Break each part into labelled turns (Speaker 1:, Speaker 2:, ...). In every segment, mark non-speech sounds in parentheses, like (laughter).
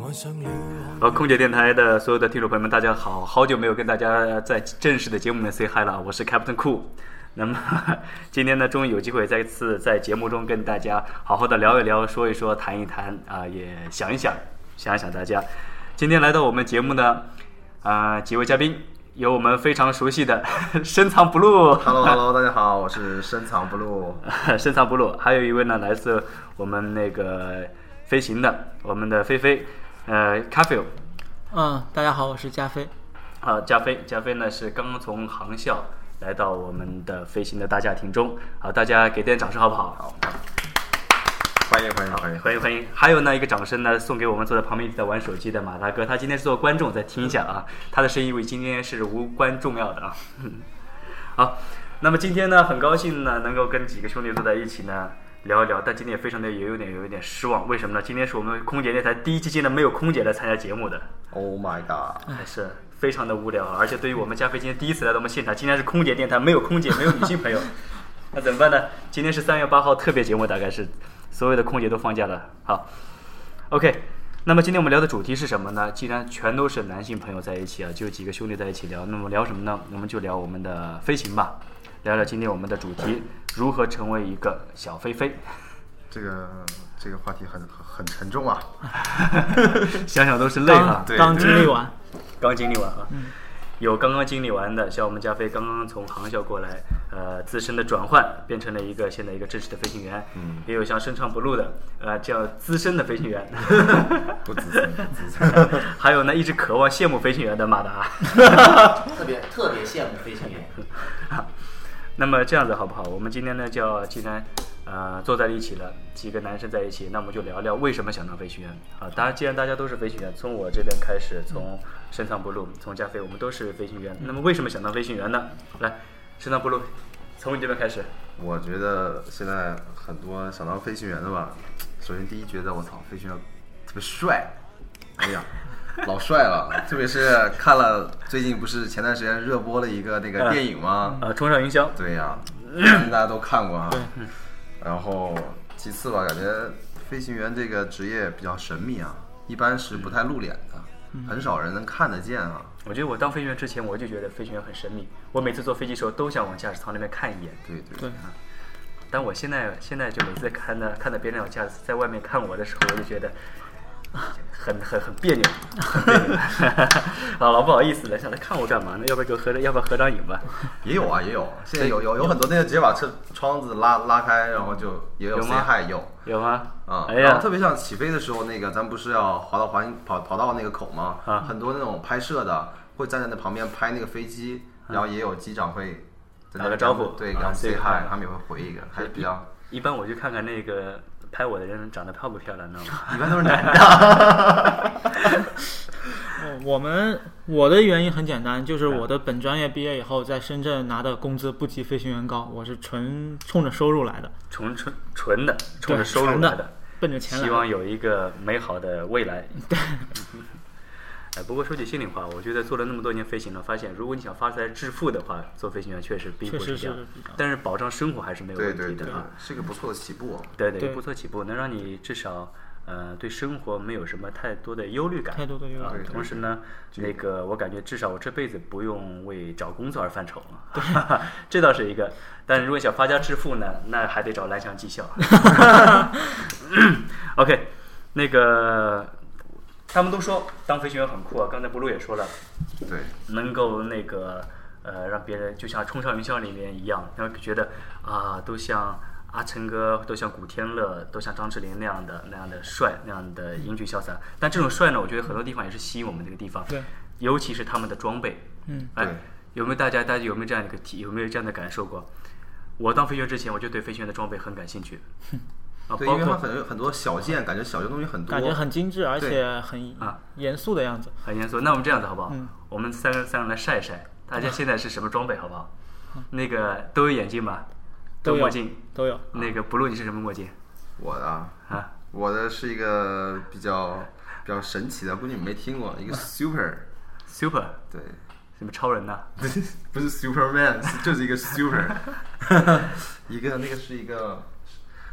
Speaker 1: 好，呃空姐电台的所有的听众朋友们，大家好！好久没有跟大家在正式的节目里面 say hi 了，我是 Captain Cool。那么 (laughs) 今天呢，终于有机会再次在节目中跟大家好好的聊一聊，说一说，谈一谈啊、也想一想，想一想大家。今天来到我们节目呢，啊、几位嘉宾，有我们非常熟悉的 (laughs) 深藏不露 (laughs)
Speaker 2: Hello Hello，大家好，我是深藏不露。
Speaker 1: 深藏不露，还有一位呢，来自我们那个飞行的，我们的菲菲，呃 c a f e
Speaker 3: 嗯，大家好，我是加菲。
Speaker 1: 啊，加菲，加菲呢是刚刚从航校来到我们的飞行的大家庭中，好，大家给点掌声好不好？好，
Speaker 2: 欢迎欢迎欢迎！
Speaker 1: 欢迎欢迎。还有呢，一个掌声呢，送给我们坐在旁边一直在玩手机的马大哥，他今天是做观众，再听一下啊，他的声音为今天是无关重要的啊。 (laughs) 好，那么今天呢，很高兴呢，能够跟几个兄弟坐在一起呢。聊一聊，但今天也非常的也有点有一点失望，为什么呢？今天是我们空姐电台第一期，竟然没有空姐来参加节目的，
Speaker 2: Oh my god！
Speaker 1: 还是非常的无聊啊，而且对于我们加菲今天第一次来到我们现场，竟然是空姐电台，没有空姐，没有女性朋友，那怎么办呢？今天是三月八号特别节目，大概是所有的空姐都放假了。好，OK，那么今天我们聊的主题是什么呢？既然全都是男性朋友在一起啊，就几个兄弟在一起聊，那么聊什么呢？我们就聊我们的飞行吧，聊聊今天我们的主题如何成为一个小飞飞。
Speaker 2: 这个这个话题很很很沉重啊。
Speaker 1: (laughs) 想想都是泪啊
Speaker 3: 刚。
Speaker 2: 对
Speaker 3: 刚经
Speaker 1: (laughs)
Speaker 3: 历完，
Speaker 1: 刚经历完啊，
Speaker 2: 嗯
Speaker 1: 有刚刚经历完的，像我们加菲刚刚从航校过来，呃，自身的转换变成了一个现在一个正式的飞行员，
Speaker 2: 嗯
Speaker 1: 也有像深藏不露的，呃，这样资深的飞行员，
Speaker 2: (laughs) 不自私，不自私。
Speaker 1: (laughs) 还有呢，一直渴望羡慕飞行员的马达。
Speaker 4: 特别特别羡慕飞行员。
Speaker 1: 那么这样子好不好？我们今天呢，就要既然呃坐在了一起了，几个男生在一起，那我们就聊聊为什么想当飞行员啊。当然，既然大家都是飞行员，从我这边开始，从深藏不露，从加菲，我们都是飞行员。那么为什么想当飞行员呢？来，深藏不露，从你这边开始。
Speaker 2: 我觉得现在很多想当飞行员的吧，首先第一觉得我操，飞行员特别帅，哎呀， (laughs) 老帅了。特别是看了最近不是前段时间热播了一个那个电影吗？
Speaker 1: 呃，冲上云霄，
Speaker 2: 对
Speaker 1: (clears throat)
Speaker 2: 呀、相信大家都看过啊。
Speaker 1: 嗯
Speaker 2: 然后其次吧，感觉飞行员这个职业比较神秘啊，一般是不太露脸的，
Speaker 1: 嗯
Speaker 2: 很少人能看得见啊。
Speaker 1: 我觉得我当飞行员之前，我就觉得飞行员很神秘。我每次坐飞机的时候，都想往驾驶舱那边看一眼。
Speaker 2: 对对
Speaker 3: 对，
Speaker 1: 但我现在现在就每次看到看到别人有驾驶在外面看我的时候，我就觉得很很很别扭，很别扭。 (laughs) 好了，不好意思了，想来看我干嘛呢？要不要给我合张，要不要合张影吧？
Speaker 2: 也有啊，也有，现在有有有很多那个直接把车窗子拉拉开，然后就也有
Speaker 1: 有
Speaker 2: say
Speaker 1: 吗
Speaker 2: hi 有
Speaker 1: 有吗？
Speaker 2: 啊，
Speaker 1: 哎
Speaker 2: 然
Speaker 1: 呀
Speaker 2: 后，特别像起飞的时候，那个咱不是要滑到环跑跑道那个口吗？
Speaker 1: 啊
Speaker 2: 很多那种拍摄的会站在那旁边拍那个飞机，然后也有机长会在
Speaker 1: 啊打
Speaker 2: 那
Speaker 1: 个
Speaker 2: 边
Speaker 1: 招呼
Speaker 2: 对，
Speaker 1: 啊
Speaker 2: 然后 say
Speaker 1: say
Speaker 2: hi，
Speaker 1: hi
Speaker 2: 他们也会回一个，还是比较
Speaker 1: 一般我就看看那个拍我的人长得漂不漂亮，你知道吗？
Speaker 2: 一般都是男的。
Speaker 3: 呃我们我的原因很简单，就是
Speaker 1: 嗯
Speaker 3: 我的本专业毕业以后，在深圳拿的工资不及飞行员高，我是纯冲着收入来的，
Speaker 1: 纯纯纯的，冲着
Speaker 3: 对
Speaker 1: 收入
Speaker 3: 纯
Speaker 1: 来
Speaker 3: 的，奔着钱来
Speaker 1: 希
Speaker 3: 的。
Speaker 1: 望有一个美好的未来。 (laughs) 哎，不过说句心里话，我觉得做了那么多年飞行了，发现如果你想发财致富的话，做飞行员确实并不
Speaker 3: 确实
Speaker 1: 这样
Speaker 3: 是比较，
Speaker 1: 但是保障生活还是没有
Speaker 2: 对
Speaker 1: 问
Speaker 2: 对
Speaker 1: 题
Speaker 2: 对
Speaker 1: 的啊。，
Speaker 2: 是个不错的起步。
Speaker 1: 对对，
Speaker 3: 对
Speaker 1: 不错起步，能让你至少呃对生活没有什么太多的忧虑感，
Speaker 3: 太多的忧虑
Speaker 1: 啊
Speaker 3: 对。
Speaker 1: 同时呢，那个我感觉至少我这辈子不用为找工作而犯愁了， (laughs) 这倒是一个。但如果想发家致富呢，那还得找蓝翔技校。OK，那个他们都说当飞行员很酷啊，刚才不露也说了，
Speaker 2: 对，
Speaker 1: 能够那个呃让别人就像《冲上云霄》里面一样，他会觉得啊、都像阿成哥，都像古天乐，都像张智霖那样的那样的帅，那样的英俊潇洒。但这种帅呢，我觉得很多地方也是吸引我们这个地
Speaker 2: 嗯
Speaker 1: 方，
Speaker 3: 对，
Speaker 1: 尤其是他们的装备。
Speaker 3: 嗯，
Speaker 1: 哎
Speaker 2: 对，
Speaker 1: 有没有大家大家有没有这样的一个体，有没有这样的感受过？我当飞行员之前，我就对飞行员的装备很感兴趣，啊，
Speaker 2: 对，
Speaker 1: 包
Speaker 2: 因为它
Speaker 1: 括
Speaker 2: 很多很多小件，感觉小件东西很多，
Speaker 3: 感觉很精致，而
Speaker 2: 对
Speaker 3: 且很
Speaker 1: 啊
Speaker 3: 严肃的样子。
Speaker 1: 很严肃。那我们这样子好不好？
Speaker 3: 嗯
Speaker 1: 我们三个三个来晒一晒，大家现在是什么装备好不好？那个都有眼镜吧？
Speaker 3: 嗯都有
Speaker 1: 墨镜。
Speaker 3: 都
Speaker 1: (laughs)
Speaker 3: 有，
Speaker 1: 那个不论你是什么墨镜
Speaker 2: 我啊，
Speaker 1: 啊，
Speaker 2: 我的是一个比较比较神奇的，估计你没听过，一个 super，
Speaker 1: ，Super
Speaker 2: 对，
Speaker 1: 什么超人呐、
Speaker 2: 不 (laughs) 是 Superman，是就是一个 super，一个那个是一个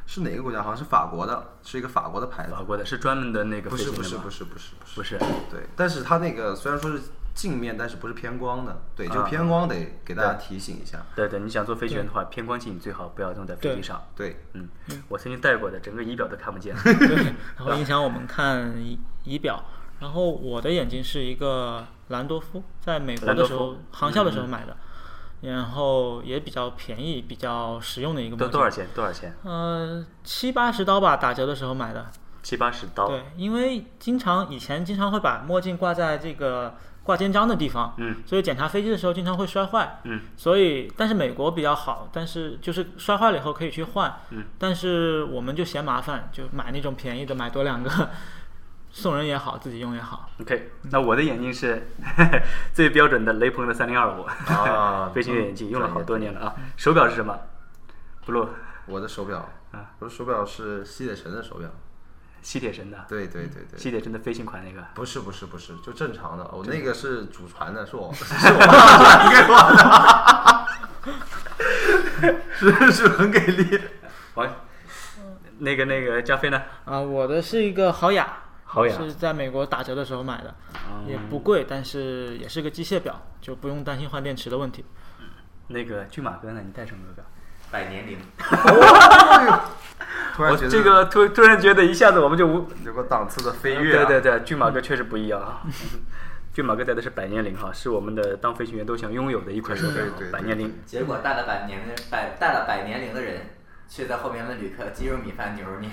Speaker 2: 是哪个国家？好像是法国的，是一个法国的牌子
Speaker 1: 法。国的是专门的那个
Speaker 2: 不
Speaker 1: 飞
Speaker 2: 是
Speaker 1: 行的
Speaker 2: 不是
Speaker 1: 吗
Speaker 2: 不是不是不是
Speaker 1: 不是
Speaker 2: 对，但是它那个虽然说是镜面，但是不是偏光的。对，这个
Speaker 1: 啊
Speaker 2: 偏光得给大家提醒一下。
Speaker 1: 对对，你想做飞行员的话，偏光镜最好不要用在飞机上。
Speaker 2: 对，
Speaker 1: 嗯，我曾经戴过的，整个仪表都看不见。
Speaker 3: 嗯然后影响我们看仪仪表。然后我的眼镜是一个兰多夫，在美国
Speaker 1: 兰多夫
Speaker 3: 的
Speaker 1: 嗯
Speaker 3: 时候航校的时候买的，然后也比较便宜、比较实用的一个墨
Speaker 1: 都
Speaker 3: 镜。
Speaker 1: 多少钱？多少钱？
Speaker 3: 呃，七八十刀吧，打折的时候买的。
Speaker 1: 七八十刀。
Speaker 3: 对，因为经常以前经常会把墨镜挂在这个挂肩章的地方，
Speaker 1: 嗯
Speaker 3: 所以检查飞机的时候经常会摔坏，
Speaker 1: 嗯，
Speaker 3: 所以但是美国比较好，但是就是摔坏了以后可以去换，
Speaker 1: 嗯，
Speaker 3: 但是我们就嫌麻烦，就买那种便宜的，买多两个， (laughs) 送人也好，自己用也好。
Speaker 1: OK，那我的眼镜是 (laughs) 最标准的雷朋的三零二五
Speaker 2: 啊
Speaker 1: (laughs) 飞行员眼镜，用了好多年了啊。手表是什么？blue
Speaker 2: 我的手表
Speaker 1: 啊，
Speaker 2: 我的手表是吸铁神的手表。
Speaker 1: 吸铁神的，
Speaker 2: 对对对对。
Speaker 1: 吸铁神的飞行款那个。
Speaker 2: 不是不是不是，就正常的。我哦那个是祖传的，是我是我爸给我的，是是很给力。
Speaker 1: 王，嗯那个那个加菲呢？
Speaker 3: 啊，我的是一个豪雅，
Speaker 1: 豪雅哦
Speaker 3: 是在美国打折的时候买的，也不贵，但是也是个机械表，就不用担心换电池的问题。
Speaker 1: 那个骏马哥呢？你戴什么手表？
Speaker 4: 百年灵，
Speaker 2: 突
Speaker 1: 我
Speaker 2: 然觉得
Speaker 1: 这个突突然觉得一下子我们就无
Speaker 2: 有个档次的飞跃、啊。
Speaker 1: 对对对，骏马哥确实不一样啊。 (laughs) 骏马哥戴的是百年灵哈，是我们的当飞行员都想拥有的一款手表
Speaker 2: 对对对，对
Speaker 1: 百年灵。
Speaker 4: 结果带了百年的百带了百年灵的人，却在后面问旅客鸡肉米饭牛肉面。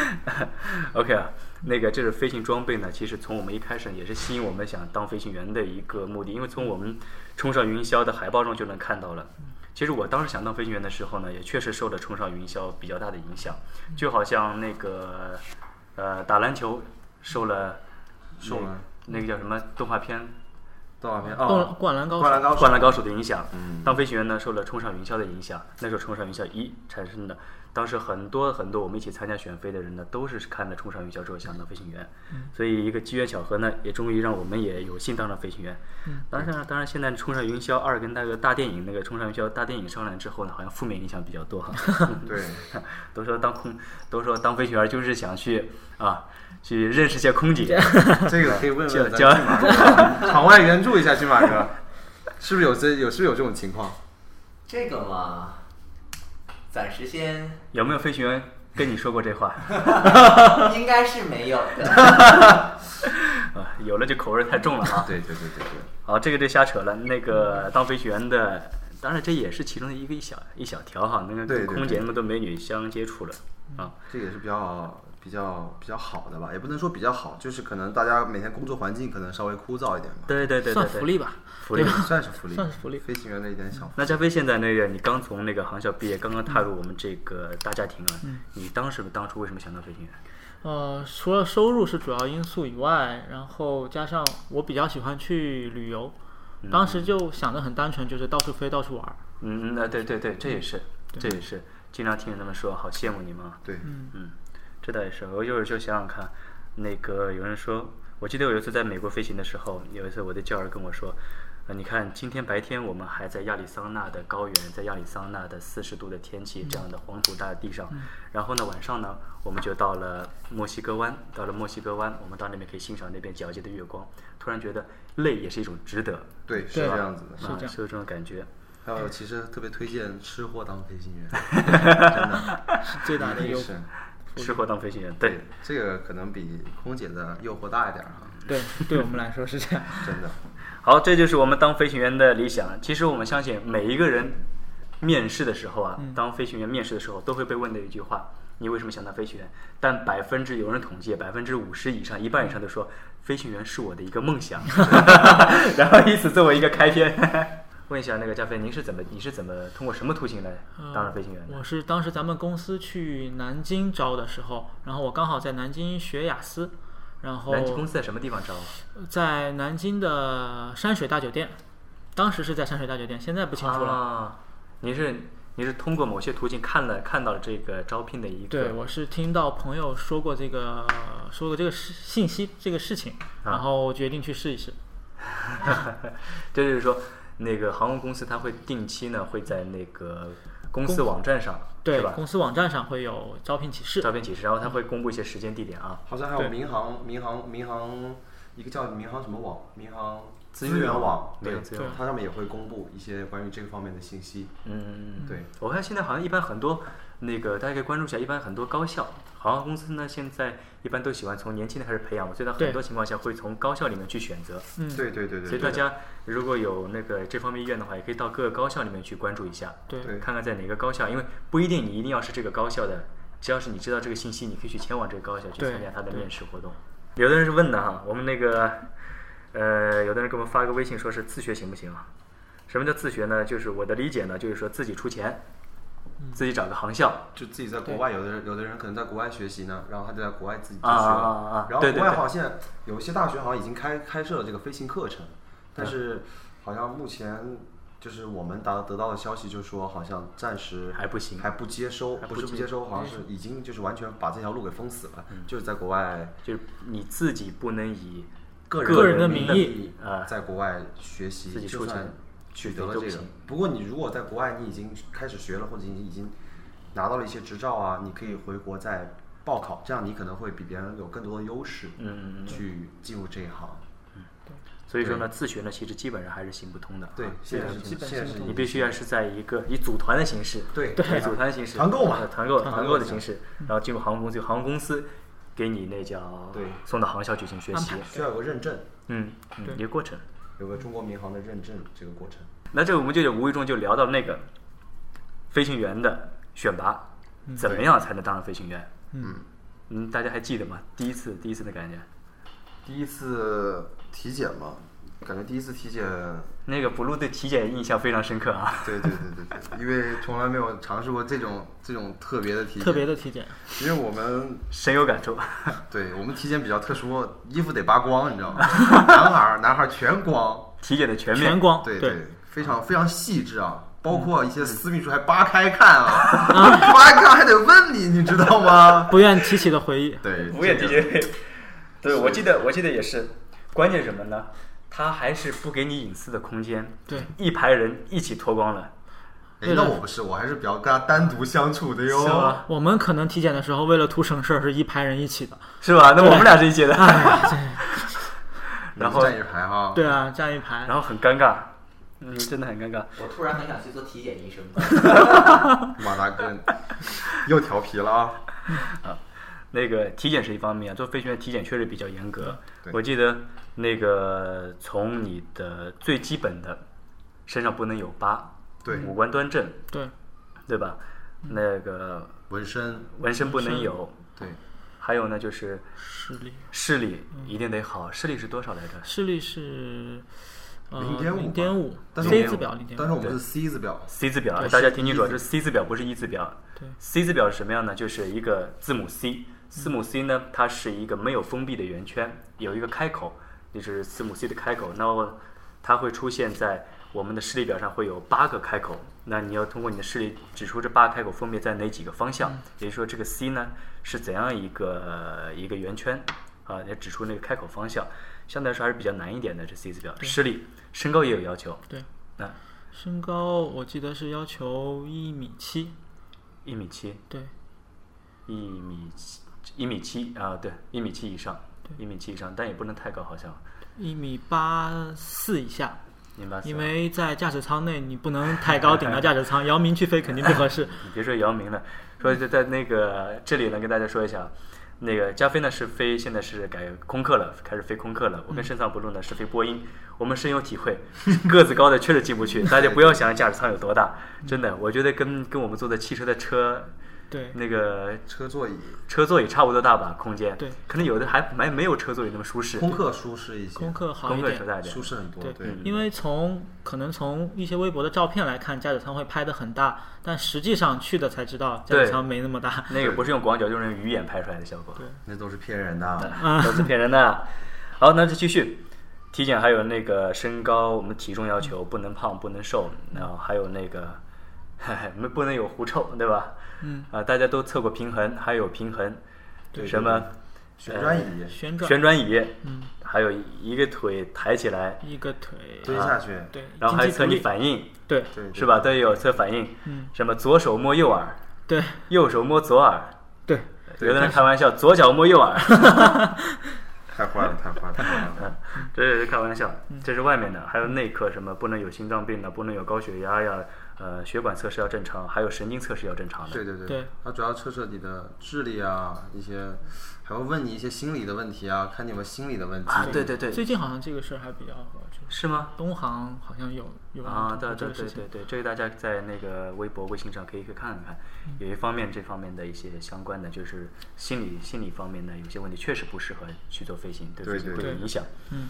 Speaker 1: (laughs) OK 啊，那个这是飞行装备呢，其实从我们一开始也是吸引我们想当飞行员的一个目的，因为从我们冲上云霄的海报中就能看到了。其实我当时想当飞行员的时候呢，也确实受了冲上云霄比较大的影响，就好像那个呃打篮球受了
Speaker 2: 受了
Speaker 1: 那个叫什么动画片
Speaker 2: 动画片
Speaker 3: 灌
Speaker 2: 哦，
Speaker 3: 灌篮高手
Speaker 2: 灌篮高
Speaker 1: 灌
Speaker 2: 手。
Speaker 1: 篮高手的影响
Speaker 2: 嗯，
Speaker 1: 当飞行员呢受了冲上云霄的影响，那时候冲上云霄一产生的，当时很多很多我们一起参加选飞的人呢，都是看了冲上云霄之后想当飞行员，所以一个机缘巧合呢，也终于让我们也有幸当上飞行员。当然啊，当然现在冲上云霄二跟那个大电影那个冲上云霄大电影上来之后呢，好像负面影响比较多 (laughs) 哈。
Speaker 2: 对，
Speaker 1: 都说当空，都说当飞行员就是想去啊，去认识一些空姐。
Speaker 2: 这个可以问
Speaker 1: 就
Speaker 2: 问咱
Speaker 1: 就
Speaker 2: 骏马哥， (laughs) 场外援助一下骏马哥，是不是有这有是不是有这种情况？
Speaker 4: 这个嘛，暂时先
Speaker 1: 有没有飞行员跟你说过这话？
Speaker 4: 应该是没有的。
Speaker 1: 啊，有了就口味儿太重了啊。
Speaker 2: 对对对对对，
Speaker 1: 好，这个就瞎扯了。那个当飞行员的，当然这也是其中的一个一小一小条哈，那个
Speaker 2: 对
Speaker 1: 跟
Speaker 2: 对
Speaker 1: 空姐
Speaker 2: 对
Speaker 1: 那么多美女相接触了啊。
Speaker 2: 这个也是比较比较比较好的吧，也不能说比较好，就是可能大家每天工作环境可能稍微枯燥一点吧，
Speaker 1: 对对对对
Speaker 3: 算福利
Speaker 1: 对。
Speaker 3: 吧，
Speaker 1: 福利
Speaker 3: 对吧？
Speaker 2: 算是福利，
Speaker 3: 算是福利
Speaker 2: 飞行员的一点小
Speaker 1: (laughs) 那加菲现在那个，你刚从那个航校毕业，刚刚踏入我们这个大家庭啊，
Speaker 3: 嗯
Speaker 1: 你当时当初为什么想当飞行员？
Speaker 3: 呃，除了收入是主要因素以外，然后加上我比较喜欢去旅游，当时就想的很单纯，就是到处飞，到处玩儿。
Speaker 1: 嗯，嗯，啊，对对对，这也是，这也是，经常听人这么说，好羡慕你们啊。
Speaker 2: 对，
Speaker 1: 嗯，这倒也是。我一会儿就想想看，那个有人说，我记得我有一次在美国飞行的时候，有一次我的教授跟我说，呃，你看今天白天我们还在亚利桑那的高原，在亚利桑那的四十度的天气这样的黄土大地上，
Speaker 3: 嗯
Speaker 1: 然后呢晚上呢我们就到了墨西哥湾，到了墨西哥湾，我们到那边可以欣赏那边皎洁的月光，突然觉得累也是一种值得，
Speaker 2: 对是这样子的。
Speaker 3: 是
Speaker 1: 啊
Speaker 3: 这样
Speaker 1: 是有这种感觉。
Speaker 2: 还有，其实特别推荐吃货当飞行员，
Speaker 3: 是 (laughs) 最大
Speaker 1: (laughs)
Speaker 3: 的
Speaker 2: 真
Speaker 3: 诱
Speaker 2: 的
Speaker 3: 惑
Speaker 2: 是。
Speaker 1: 吃货当飞行员，对，
Speaker 2: 这个可能比空姐的诱惑大一点儿
Speaker 1: (laughs)
Speaker 2: 哈，
Speaker 3: 对，对我们来说是这样。
Speaker 2: 真的。
Speaker 1: 好，这就是我们当飞行员的理想。其实我们相信每一个人面试的时候啊，当飞行员面试的时候都会被问的一句话：你为什么想当飞行员？但百分之有人统计，百分之五十以上，一半以上都说飞行员是我的一个梦想， (laughs) 然后以此作为一个开篇。 (laughs) 问一下那个加菲，您是怎么你是怎么通过什么途径来 (laughs)
Speaker 3: 嗯
Speaker 1: 当上飞行员的？
Speaker 3: 呃我是当时咱们公司去南京招的时候，然后我刚好在南京学雅思，然后
Speaker 1: 南极公司在什么地方招啊？
Speaker 3: 在南京的山水大酒店，当时是在山水大酒店，现在不清楚了。
Speaker 1: 啊，您是您是通过某些途径看了看到了这个招聘的一个
Speaker 3: 对，我是听到朋友说过这个，说过这个事信息这个事情，
Speaker 1: 啊
Speaker 3: 然后决定去试一试。
Speaker 1: 这就是说，那个航空公司它会定期呢会在那个公司网站上
Speaker 3: 对
Speaker 1: 是吧？
Speaker 3: 公司网站上会有招聘启事
Speaker 1: 招，聘启事，然后他会公布一些时间地点啊。
Speaker 2: 好像还有
Speaker 3: 对
Speaker 2: 民航民航民航一个叫民航什么网，民航
Speaker 1: 资
Speaker 2: 资
Speaker 1: 源
Speaker 2: 源
Speaker 1: 网
Speaker 2: 网，
Speaker 1: 民
Speaker 2: 对
Speaker 1: 航资源
Speaker 3: 网，
Speaker 2: 它上面也会公布一些关于这个方面的信息。
Speaker 1: 嗯，
Speaker 2: 对，
Speaker 1: 我看现在好像一般很多那个大家可以关注一下，一般很多高校航空公司呢，现在一般都喜欢从年轻的开始培养嘛，所以它很
Speaker 3: 对
Speaker 1: 多情况下会从高校里面去选择。
Speaker 3: 嗯，
Speaker 2: 对对对对，
Speaker 1: 所以大
Speaker 2: 对
Speaker 1: 家如果有那个这方面意愿的话，也可以到各个高校里面去关注一下，
Speaker 3: 对
Speaker 2: 对
Speaker 1: 看看在哪个高校，因为不一定你一定要是这个高校的，只要是你知道这个信息，你可以去前往这个高校去
Speaker 3: 对
Speaker 1: 参加他的
Speaker 3: 对
Speaker 1: 面试活动。有的人是问的哈，我们那个呃，有的人给我们发个微信说是自学行不行啊？什么叫自学呢？就是我的理解呢，就是说自己出钱，
Speaker 3: 嗯
Speaker 1: 自己找个航校，
Speaker 2: 就自己在国外，有的人有的人可能在国外学习呢，然后他就在国外自己自学
Speaker 1: 啊
Speaker 2: 了。
Speaker 1: 啊啊啊
Speaker 2: 然后
Speaker 1: 对
Speaker 2: 国
Speaker 1: 对
Speaker 2: 外
Speaker 1: 对
Speaker 2: 好像现在有一些大学好像已经开开设了这个飞行课程，但是好像目前就是我们达得到的消息，就是说好像暂时
Speaker 1: 还不行
Speaker 2: 还不接收，
Speaker 1: 还
Speaker 2: 不
Speaker 1: 不
Speaker 2: 是不
Speaker 1: 接
Speaker 2: 接收，好像是已经就是完全把这条路给封死
Speaker 1: 嗯
Speaker 2: 了，就是在国外
Speaker 1: 就是你自己不能以
Speaker 2: 个
Speaker 1: 人
Speaker 2: 人
Speaker 3: 个人的名
Speaker 2: 名
Speaker 3: 义
Speaker 1: 啊
Speaker 2: 在国外学习，
Speaker 1: 自己
Speaker 2: 就
Speaker 1: 出
Speaker 2: 算
Speaker 1: 钱
Speaker 2: 取
Speaker 1: 自己
Speaker 2: 得了
Speaker 1: 都
Speaker 2: 这
Speaker 1: 不
Speaker 2: 个
Speaker 1: 行。
Speaker 2: 不过你如果在国外，你已经开始学了，或者你已经拿到了一些执照啊，你可以回国再报考，这样你可能会比别人有更多的优势，
Speaker 1: 嗯嗯嗯
Speaker 2: 去进入这一行。
Speaker 1: 所以说呢，自学呢其实基本上还是行不通的啊。
Speaker 2: 对，现在
Speaker 3: 对基
Speaker 2: 是
Speaker 3: 本
Speaker 2: 现在
Speaker 3: 是
Speaker 2: 是
Speaker 1: 你必须要是啊在一个以组团的形式，
Speaker 2: 对
Speaker 1: 以
Speaker 2: 对
Speaker 1: 组团形式，
Speaker 2: 团购嘛
Speaker 1: 呃团购
Speaker 2: 团购
Speaker 1: 团购的
Speaker 2: 一下
Speaker 1: 形式，然后进入航空公司，航空公司给你那叫
Speaker 2: 对
Speaker 1: 送到航校去进行学习
Speaker 3: 安，
Speaker 2: 需要有个认证，
Speaker 1: 嗯，嗯一个过程。
Speaker 2: 有个中国民航的认证这个过程。
Speaker 1: 那这个我们就有无意中就聊到那个飞行员的选拔，怎么样才能当上飞行员？
Speaker 3: 嗯，
Speaker 1: 嗯，大家还记得吗？第一次第一次的感觉，
Speaker 2: 第一次体检嘛，感觉第一次体检，
Speaker 1: 那个 blue 对体检印象非常深刻啊。
Speaker 2: 对对对对对，因为从来没有尝试过这种这种特别
Speaker 1: 嗯
Speaker 2: 的体
Speaker 3: 特别的体检，
Speaker 2: 因为我们
Speaker 1: 深有感触， (laughs)
Speaker 2: 对我们体检比较特殊，衣服得扒光，你知道吗？男孩儿男孩儿全光，
Speaker 1: 体检的全面
Speaker 3: 全光，
Speaker 2: 对
Speaker 3: 对，
Speaker 2: 非常非常细致啊，
Speaker 1: 嗯
Speaker 2: 包括一些私密处还扒开看啊， (laughs) 扒开看还得问你，你知道吗？
Speaker 3: 不愿提起的回忆，
Speaker 2: 对，
Speaker 1: 无眼
Speaker 2: 这
Speaker 1: 体
Speaker 2: 个
Speaker 1: 检。对，我记得，我记得也是。关键是什么呢？他还是不给你隐私的空间。
Speaker 3: 对，
Speaker 1: 一排人一起脱光了。
Speaker 2: 哎，那我不是，我还是比较跟他单独相处的
Speaker 1: 是
Speaker 2: 哟
Speaker 1: 吗。
Speaker 3: 我们可能体检的时候为了图省事儿是一排人一起的，
Speaker 1: (laughs) 是吧？那我们俩是一起的， (laughs) 然后
Speaker 2: 站一排哈，
Speaker 3: 对啊，站一排
Speaker 1: 然，后很尴尬，嗯，真的很尴尬。
Speaker 4: 我突然很想去做体检医生，
Speaker 2: 马大哥又调皮了啊。
Speaker 1: 那个体检是一方面，做飞行员体检确实比较严格。
Speaker 2: 对
Speaker 1: 我记得那个从你的最基本的身上不能有疤，
Speaker 2: 对
Speaker 1: 五官端正，
Speaker 3: 对，
Speaker 1: 对吧？那个
Speaker 2: 纹身，
Speaker 1: 纹身不能有，
Speaker 2: 对，
Speaker 1: 还有呢就是
Speaker 3: 视力，
Speaker 1: 视力一定得好，视力是多少来着？
Speaker 3: 视力是呃
Speaker 2: 0.5
Speaker 3: 零点五
Speaker 2: 但是我
Speaker 3: ，C
Speaker 2: 们
Speaker 3: 字表零点
Speaker 2: 但是
Speaker 3: 五，
Speaker 2: 我们是 C 字表，
Speaker 1: C 字表，啊
Speaker 3: 对
Speaker 1: 大家
Speaker 3: 是
Speaker 1: 听清楚，这 C 字表不是 E 一字表。啊
Speaker 3: 对
Speaker 1: C 字表是什么样呢？就是一个字母 C，字母 C 呢，它是一个没有封闭的圆圈，有一个开口，就是字母 C 的开口。那么它会出现在我们的视力表上，会有八个开口。那你要通过你的视力指出这八个开口分别在哪几个方向，也就是说这个 C 呢是怎样一个一个圆圈啊，要指出那个开口方向。相对来说还是比较难一点的，这 C 字表。视力、身高也有要求，
Speaker 3: 对，
Speaker 1: 那
Speaker 3: 身高我记得是要求一米七，
Speaker 1: 一米七，
Speaker 3: 对，
Speaker 1: 一米七，一米七啊，对，一米七以上，一米七以上，但也不能太高，好像
Speaker 3: 一米八四以下，
Speaker 1: 零八四。啊
Speaker 3: 因为在驾驶舱内你不能太高顶到驾驶舱，姚明去飞肯定不
Speaker 1: (laughs)
Speaker 3: 合适。
Speaker 1: 你别说姚明了，说就在那个这里呢，跟大家说一下，那个加菲呢是飞，现在是改空客了，开始飞空客了。我跟深藏不露呢是飞波音，我们深有体
Speaker 3: (laughs)
Speaker 1: 会，个子高的确实进不去。大家不要想驾驶舱有多大，真的，我觉得跟跟我们坐的汽车的车
Speaker 3: 对，
Speaker 1: 那个
Speaker 2: 车座椅，
Speaker 1: 车座椅差不多大吧，空间。
Speaker 3: 对，
Speaker 1: 可能有的还没没有车座椅那么舒适。
Speaker 2: 空客舒适一些，
Speaker 3: 功课好
Speaker 1: 空
Speaker 3: 一
Speaker 1: 客嗯车
Speaker 3: 点。
Speaker 1: 大一点
Speaker 2: 舒，适很多，对。
Speaker 3: 因为从可能从一些微博的照片来看，驾驶舱会拍的很大，但实际上去的才知道驾驶舱没那么大。
Speaker 1: 那个不是用广角，就是用鱼眼拍出来的效果，啊
Speaker 2: 那都是骗人的。啊
Speaker 1: 都是骗人的。好，那就继续。体检还有那个身高，我们体重要求不能胖不能瘦，然后还有那个，没不能有狐臭，对吧？
Speaker 3: 嗯。
Speaker 1: 啊，大家都测过平衡，还有平衡，
Speaker 2: 对
Speaker 1: 什么
Speaker 2: 旋转椅
Speaker 3: 旋转
Speaker 1: 旋转椅，
Speaker 3: 嗯，
Speaker 1: 还有一个腿抬起来，
Speaker 3: 一个腿，
Speaker 2: 蹲下去，
Speaker 3: 对，
Speaker 1: 然后还
Speaker 3: 经济
Speaker 1: 测
Speaker 3: 独
Speaker 1: 你
Speaker 3: 立，
Speaker 1: 反应，
Speaker 3: 啊对
Speaker 2: 对，对
Speaker 1: 是吧？都有测反应，
Speaker 3: 嗯
Speaker 1: 什么左手摸右耳，
Speaker 3: 对
Speaker 1: 右手摸左耳，
Speaker 3: 对，
Speaker 1: 有的人开玩笑，左脚摸右耳，
Speaker 2: 太坏了，太坏了，太坏了！
Speaker 1: 这是开玩笑，
Speaker 3: 嗯
Speaker 1: 这是外面的，还有内科什么不能有心脏病的，不能有高血压呀，呃，血管测试要正常，还有神经测试要正常的
Speaker 2: 对。对对
Speaker 3: 对，
Speaker 2: 它主要测测你的智力啊，一些还会问你一些心理的问题啊，看你有没有心理的问题
Speaker 1: 啊，对对对，
Speaker 3: 最近好像这个事儿还比较火，就是
Speaker 1: 是吗？
Speaker 3: 东航好像有有
Speaker 1: 啊，
Speaker 3: 人
Speaker 1: 对对
Speaker 3: 通过这个
Speaker 1: 对
Speaker 3: 事情
Speaker 1: 对对，这个大家在那个微博、微信上可以去看看，
Speaker 3: 嗯
Speaker 1: 有一方面这方面的一些相关的，就是心理心理方面的有些问题，确实不适合去做飞行，对
Speaker 2: 对
Speaker 1: 飞行
Speaker 2: 对
Speaker 1: 会有
Speaker 3: 对
Speaker 1: 影响。
Speaker 3: 嗯，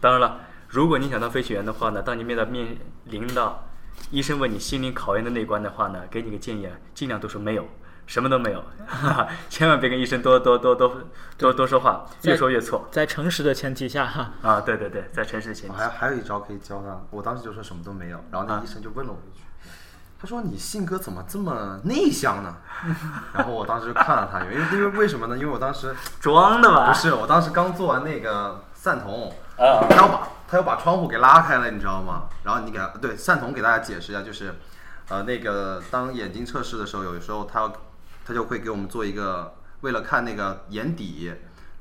Speaker 1: 当然了，如果你想当飞行员的话呢，当你面到面临到医生问你心理考验的那一关的话呢，给你个建议啊，尽量都说没有，什么都没有， (laughs) 哈哈，千万别跟医生多多多多多多说话，
Speaker 3: 在
Speaker 1: 越说越错
Speaker 3: 在诚实的前提下哈，
Speaker 1: 啊！对对对，在诚实前
Speaker 2: 我
Speaker 1: 提
Speaker 2: 还还有一招可以教他，我当时就说什么都没有，然后那医生就问了我一句，他说你性格怎么这么内向呢？ (laughs) 然后我当时就看了他，因为因为为什么呢？因为我当时
Speaker 1: 装的吧？
Speaker 2: 不是，我当时刚做完那个散瞳，
Speaker 1: 啊
Speaker 2: 他要把他要把窗户给拉开了，你知道吗？然后你给他对散瞳给大家解释一下，就是呃那个当眼睛测试的时候，有时候他要他就会给我们做一个为了看那个眼底，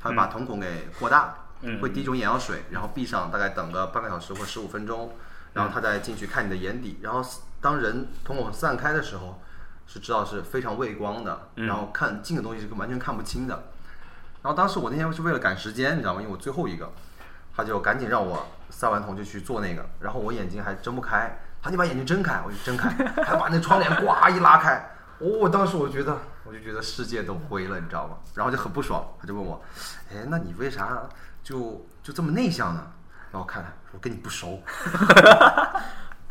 Speaker 2: 他会把瞳孔给扩大，
Speaker 1: 嗯
Speaker 2: 会滴一种眼药水，然后闭上，大概等个半个小时或十五分钟，然后他再进去看你的眼底，然后当人瞳孔散开的时候。是知道是非常畏光的，
Speaker 1: 嗯
Speaker 2: 然后看近的东西是完全看不清的。然后当时我那天是为了赶时间，你知道吗？因为我最后一个，他就赶紧让我散完瞳就去做那个，然后我眼睛还睁不开，他就把眼睛睁开，我就睁开， (laughs) 还把那窗帘呱一拉开，我、我当时我觉得我就觉得世界都灰了，你知道吗？然后就很不爽，他就问我，哎，那你为啥就就这么内向呢？然后我看看，我跟你不熟，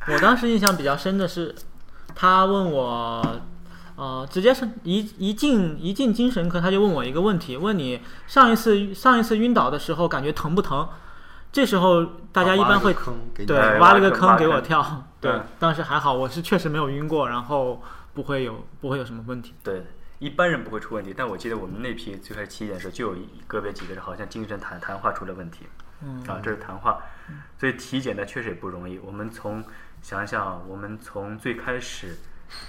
Speaker 3: 我当时印象比较深的是，他问我，呃，直接是一一进一进精神科，他就问我一个问题，问你上一次上一次晕倒的时候感觉疼不疼？这时候大家一般
Speaker 2: 挖了
Speaker 3: 会
Speaker 2: 个坑给你
Speaker 3: 对
Speaker 1: 哎挖
Speaker 3: 挖
Speaker 1: 了
Speaker 3: 了个
Speaker 1: 个坑
Speaker 3: 坑给
Speaker 1: 挖
Speaker 3: 我
Speaker 1: 坑
Speaker 3: 跳，对
Speaker 1: 嗯，
Speaker 3: 当时还好，我是确实没有晕过，然后不会有不会有什么问题。
Speaker 1: 对，一般人不会出问题，但我记得我们那批最开始体检的时候，就有一个别几个人好像精神谈谈话出了问题，
Speaker 3: 嗯
Speaker 1: 啊，这是谈话，所以体检呢确实也不容易。我们从想一想啊，我们从最开始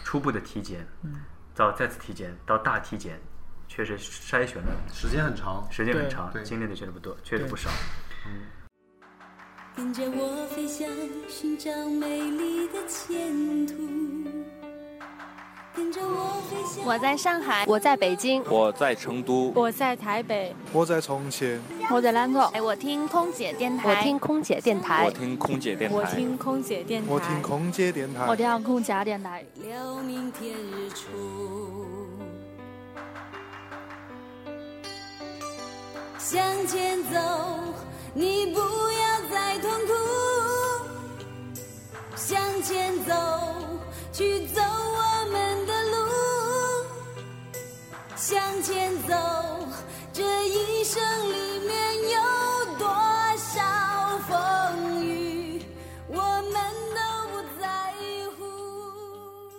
Speaker 1: 初步的体检，
Speaker 3: 嗯
Speaker 1: 到再次体检，到大体检，确实筛选了
Speaker 2: 时间很长，
Speaker 1: 时间很
Speaker 3: 对
Speaker 1: 长，
Speaker 2: 对
Speaker 1: 经历的确实不多，确实
Speaker 3: 对
Speaker 1: 不少。
Speaker 5: 跟着我飞翔，寻找美丽的前途。跟着我飞翔。
Speaker 6: 我在上海，
Speaker 7: 我在北京，
Speaker 8: 我在成都，
Speaker 6: 我在台北，
Speaker 9: 我在从前，
Speaker 7: 我在兰州，
Speaker 6: 哎，我听空姐电台，
Speaker 7: 我听空姐电台
Speaker 8: 我，听空姐电
Speaker 6: 我
Speaker 8: 台，
Speaker 6: 听空姐电台，
Speaker 9: 我听空姐电台。
Speaker 7: 我听空姐电台。
Speaker 5: 聊明天日出。向前走，你不要再痛苦。向前走，去走我们的路。向前走，这一生里面有多少风雨，我们都不在乎。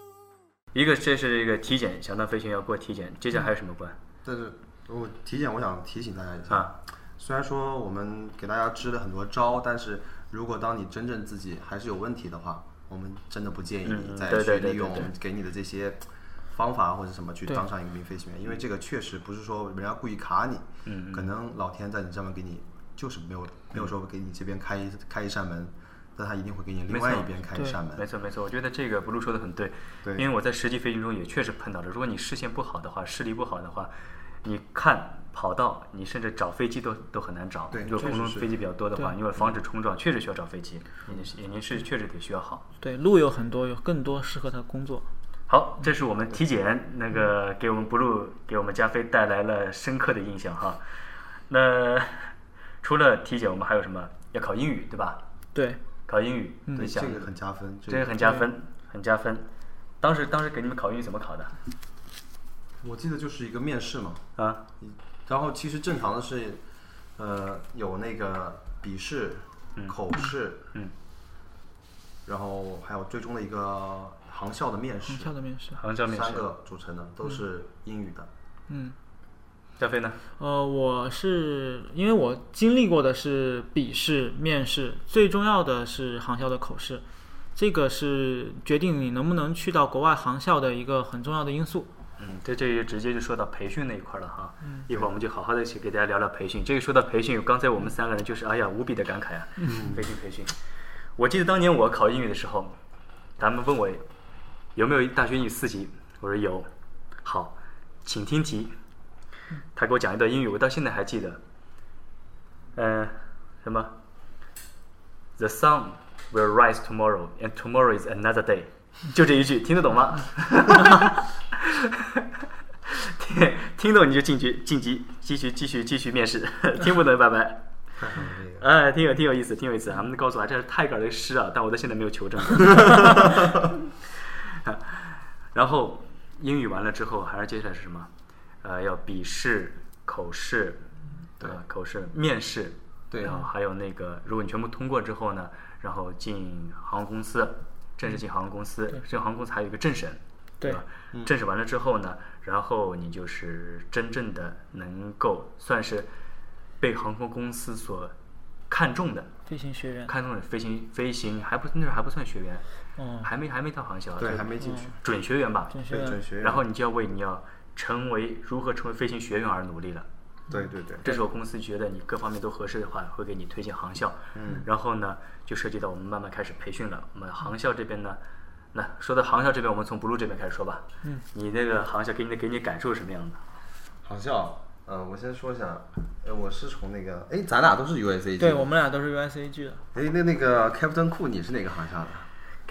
Speaker 1: 一个这是一个体检，想当飞行员要过体检，接下来还有什么关
Speaker 2: 但是我体检，我想提醒大家一
Speaker 3: 嗯
Speaker 2: 下，
Speaker 1: 啊？
Speaker 2: 虽然说我们给大家支了很多招，但是如果当你真正自己还是有问题的话，我们真的不建议
Speaker 1: 嗯
Speaker 2: 你再
Speaker 1: 对
Speaker 2: 去
Speaker 1: 对对
Speaker 2: 利用
Speaker 1: 对
Speaker 2: 我
Speaker 1: 对
Speaker 2: 们给你的这些方法或者什么去
Speaker 3: 对
Speaker 2: 当上一名飞行员，因为这个确实不是说人家故意卡你，
Speaker 1: 嗯
Speaker 2: 可能老天在你上面给你就是没有没有说给你这边开一开一扇门，但他一定会给你另外
Speaker 1: 错
Speaker 2: 一边开一扇
Speaker 1: 没
Speaker 2: 门。
Speaker 1: 错没错，我觉得这个 blue 说的很对，
Speaker 2: 对
Speaker 1: 因为我在实际飞行中也确实碰到了，如果你视线不好的话，视力不好的话，你看跑道，你甚至找飞机都都很难找。
Speaker 2: 对
Speaker 1: 如果空中
Speaker 2: 确实是
Speaker 1: 飞机比较多的话，因为防止冲撞，确实需要找飞机，眼睛眼睛是确实得需要好。
Speaker 3: 对，路有很多，有更多适合他的工作。
Speaker 1: 好，这是我们体检那个给我们 blue 给我们加菲带来了深刻的印象哈。那 (laughs) 除了体检，我们还有什么？要考英语对吧？
Speaker 3: 对，
Speaker 1: 考英语，你
Speaker 2: 嗯对，这
Speaker 1: 想
Speaker 2: 个很加分，
Speaker 1: 这个很加分，很加分。当时当时给你们考英语怎么考的？
Speaker 2: 我记得就是一个面试嘛，
Speaker 1: 啊，
Speaker 2: 然后其实正常的是，呃，有那个笔试、口试，
Speaker 1: 嗯，
Speaker 2: 然后还有最终的一个航校的面
Speaker 3: 航
Speaker 2: 试，
Speaker 3: 校的面试，
Speaker 1: 航校面
Speaker 2: 三
Speaker 1: 试。
Speaker 2: 个组成的都是英语的。
Speaker 3: 嗯。
Speaker 1: 加菲呢？
Speaker 3: 呃，我是因为我经历过的是笔试、面试，最重要的是航校的口试，这个是决定你能不能去到国外航校的一个很重要的因素。
Speaker 1: 嗯，这这就直接就说到培训那一块了哈。
Speaker 3: 嗯
Speaker 1: 一会儿我们就好好的去给大家聊聊培训。这个说到培训，刚才我们三个人就是哎呀无比的感慨啊。培训培训，我记得当年我考英语的时候，他们问我有没有大学英语四级，我说有。好，请听题。他给我讲一段英语，我到现在还记得。嗯、什么？The sun will rise tomorrow, and tomorrow is another day。就这一句，听得懂吗？听 (laughs) 听懂你就晋级晋级，继续继续继续面试， (laughs) 听不懂拜拜。哎，挺有挺有意思，挺有意思。啊他们告诉我，哎这是泰戈尔的诗啊，但我到现在没有求证 (laughs) 过。然后英语完了之后，还是接下来是什么？呃，要笔试、口试，
Speaker 2: 对
Speaker 1: 呃口试、面试，
Speaker 2: 对
Speaker 1: 然后还有那个，如果你全部通过之后呢，然后进航空公司，正式进航空公司，这个航空公司还有一个政审，
Speaker 3: 对
Speaker 1: 吧？政审完了之后呢，然后你就是真正的能够算是被航空公司所看重的，
Speaker 3: 飞行学院，
Speaker 1: 看重的飞行飞行还不那时候还不算学员，
Speaker 3: 嗯，
Speaker 1: 还没还没到航校啊，
Speaker 2: 对，嗯
Speaker 1: 就
Speaker 2: 还没进去，
Speaker 1: 准学员吧，
Speaker 3: 准学
Speaker 2: 对，
Speaker 3: 院
Speaker 2: 转，学院，
Speaker 1: 然后你就要为你要成为如何成为飞行学院而努力了。
Speaker 2: 对对对，
Speaker 1: 这时候公司觉得你各方面都合适的话，会给你推荐航校。嗯，然后呢，就涉及到我们慢慢开始培训了。我们航校这边呢，那说到航校这边，我们从 blue 这边开始说吧。嗯，你那个航校给你的给你感受是什么样的？
Speaker 2: 航校，嗯、我先说一下，呃，我是从那个，哎，咱俩都是 USA 进
Speaker 3: 对
Speaker 2: 的
Speaker 3: 我，们俩都是 USAG 的，
Speaker 2: 哎，那那个 Captain Cool 你是哪个航校的？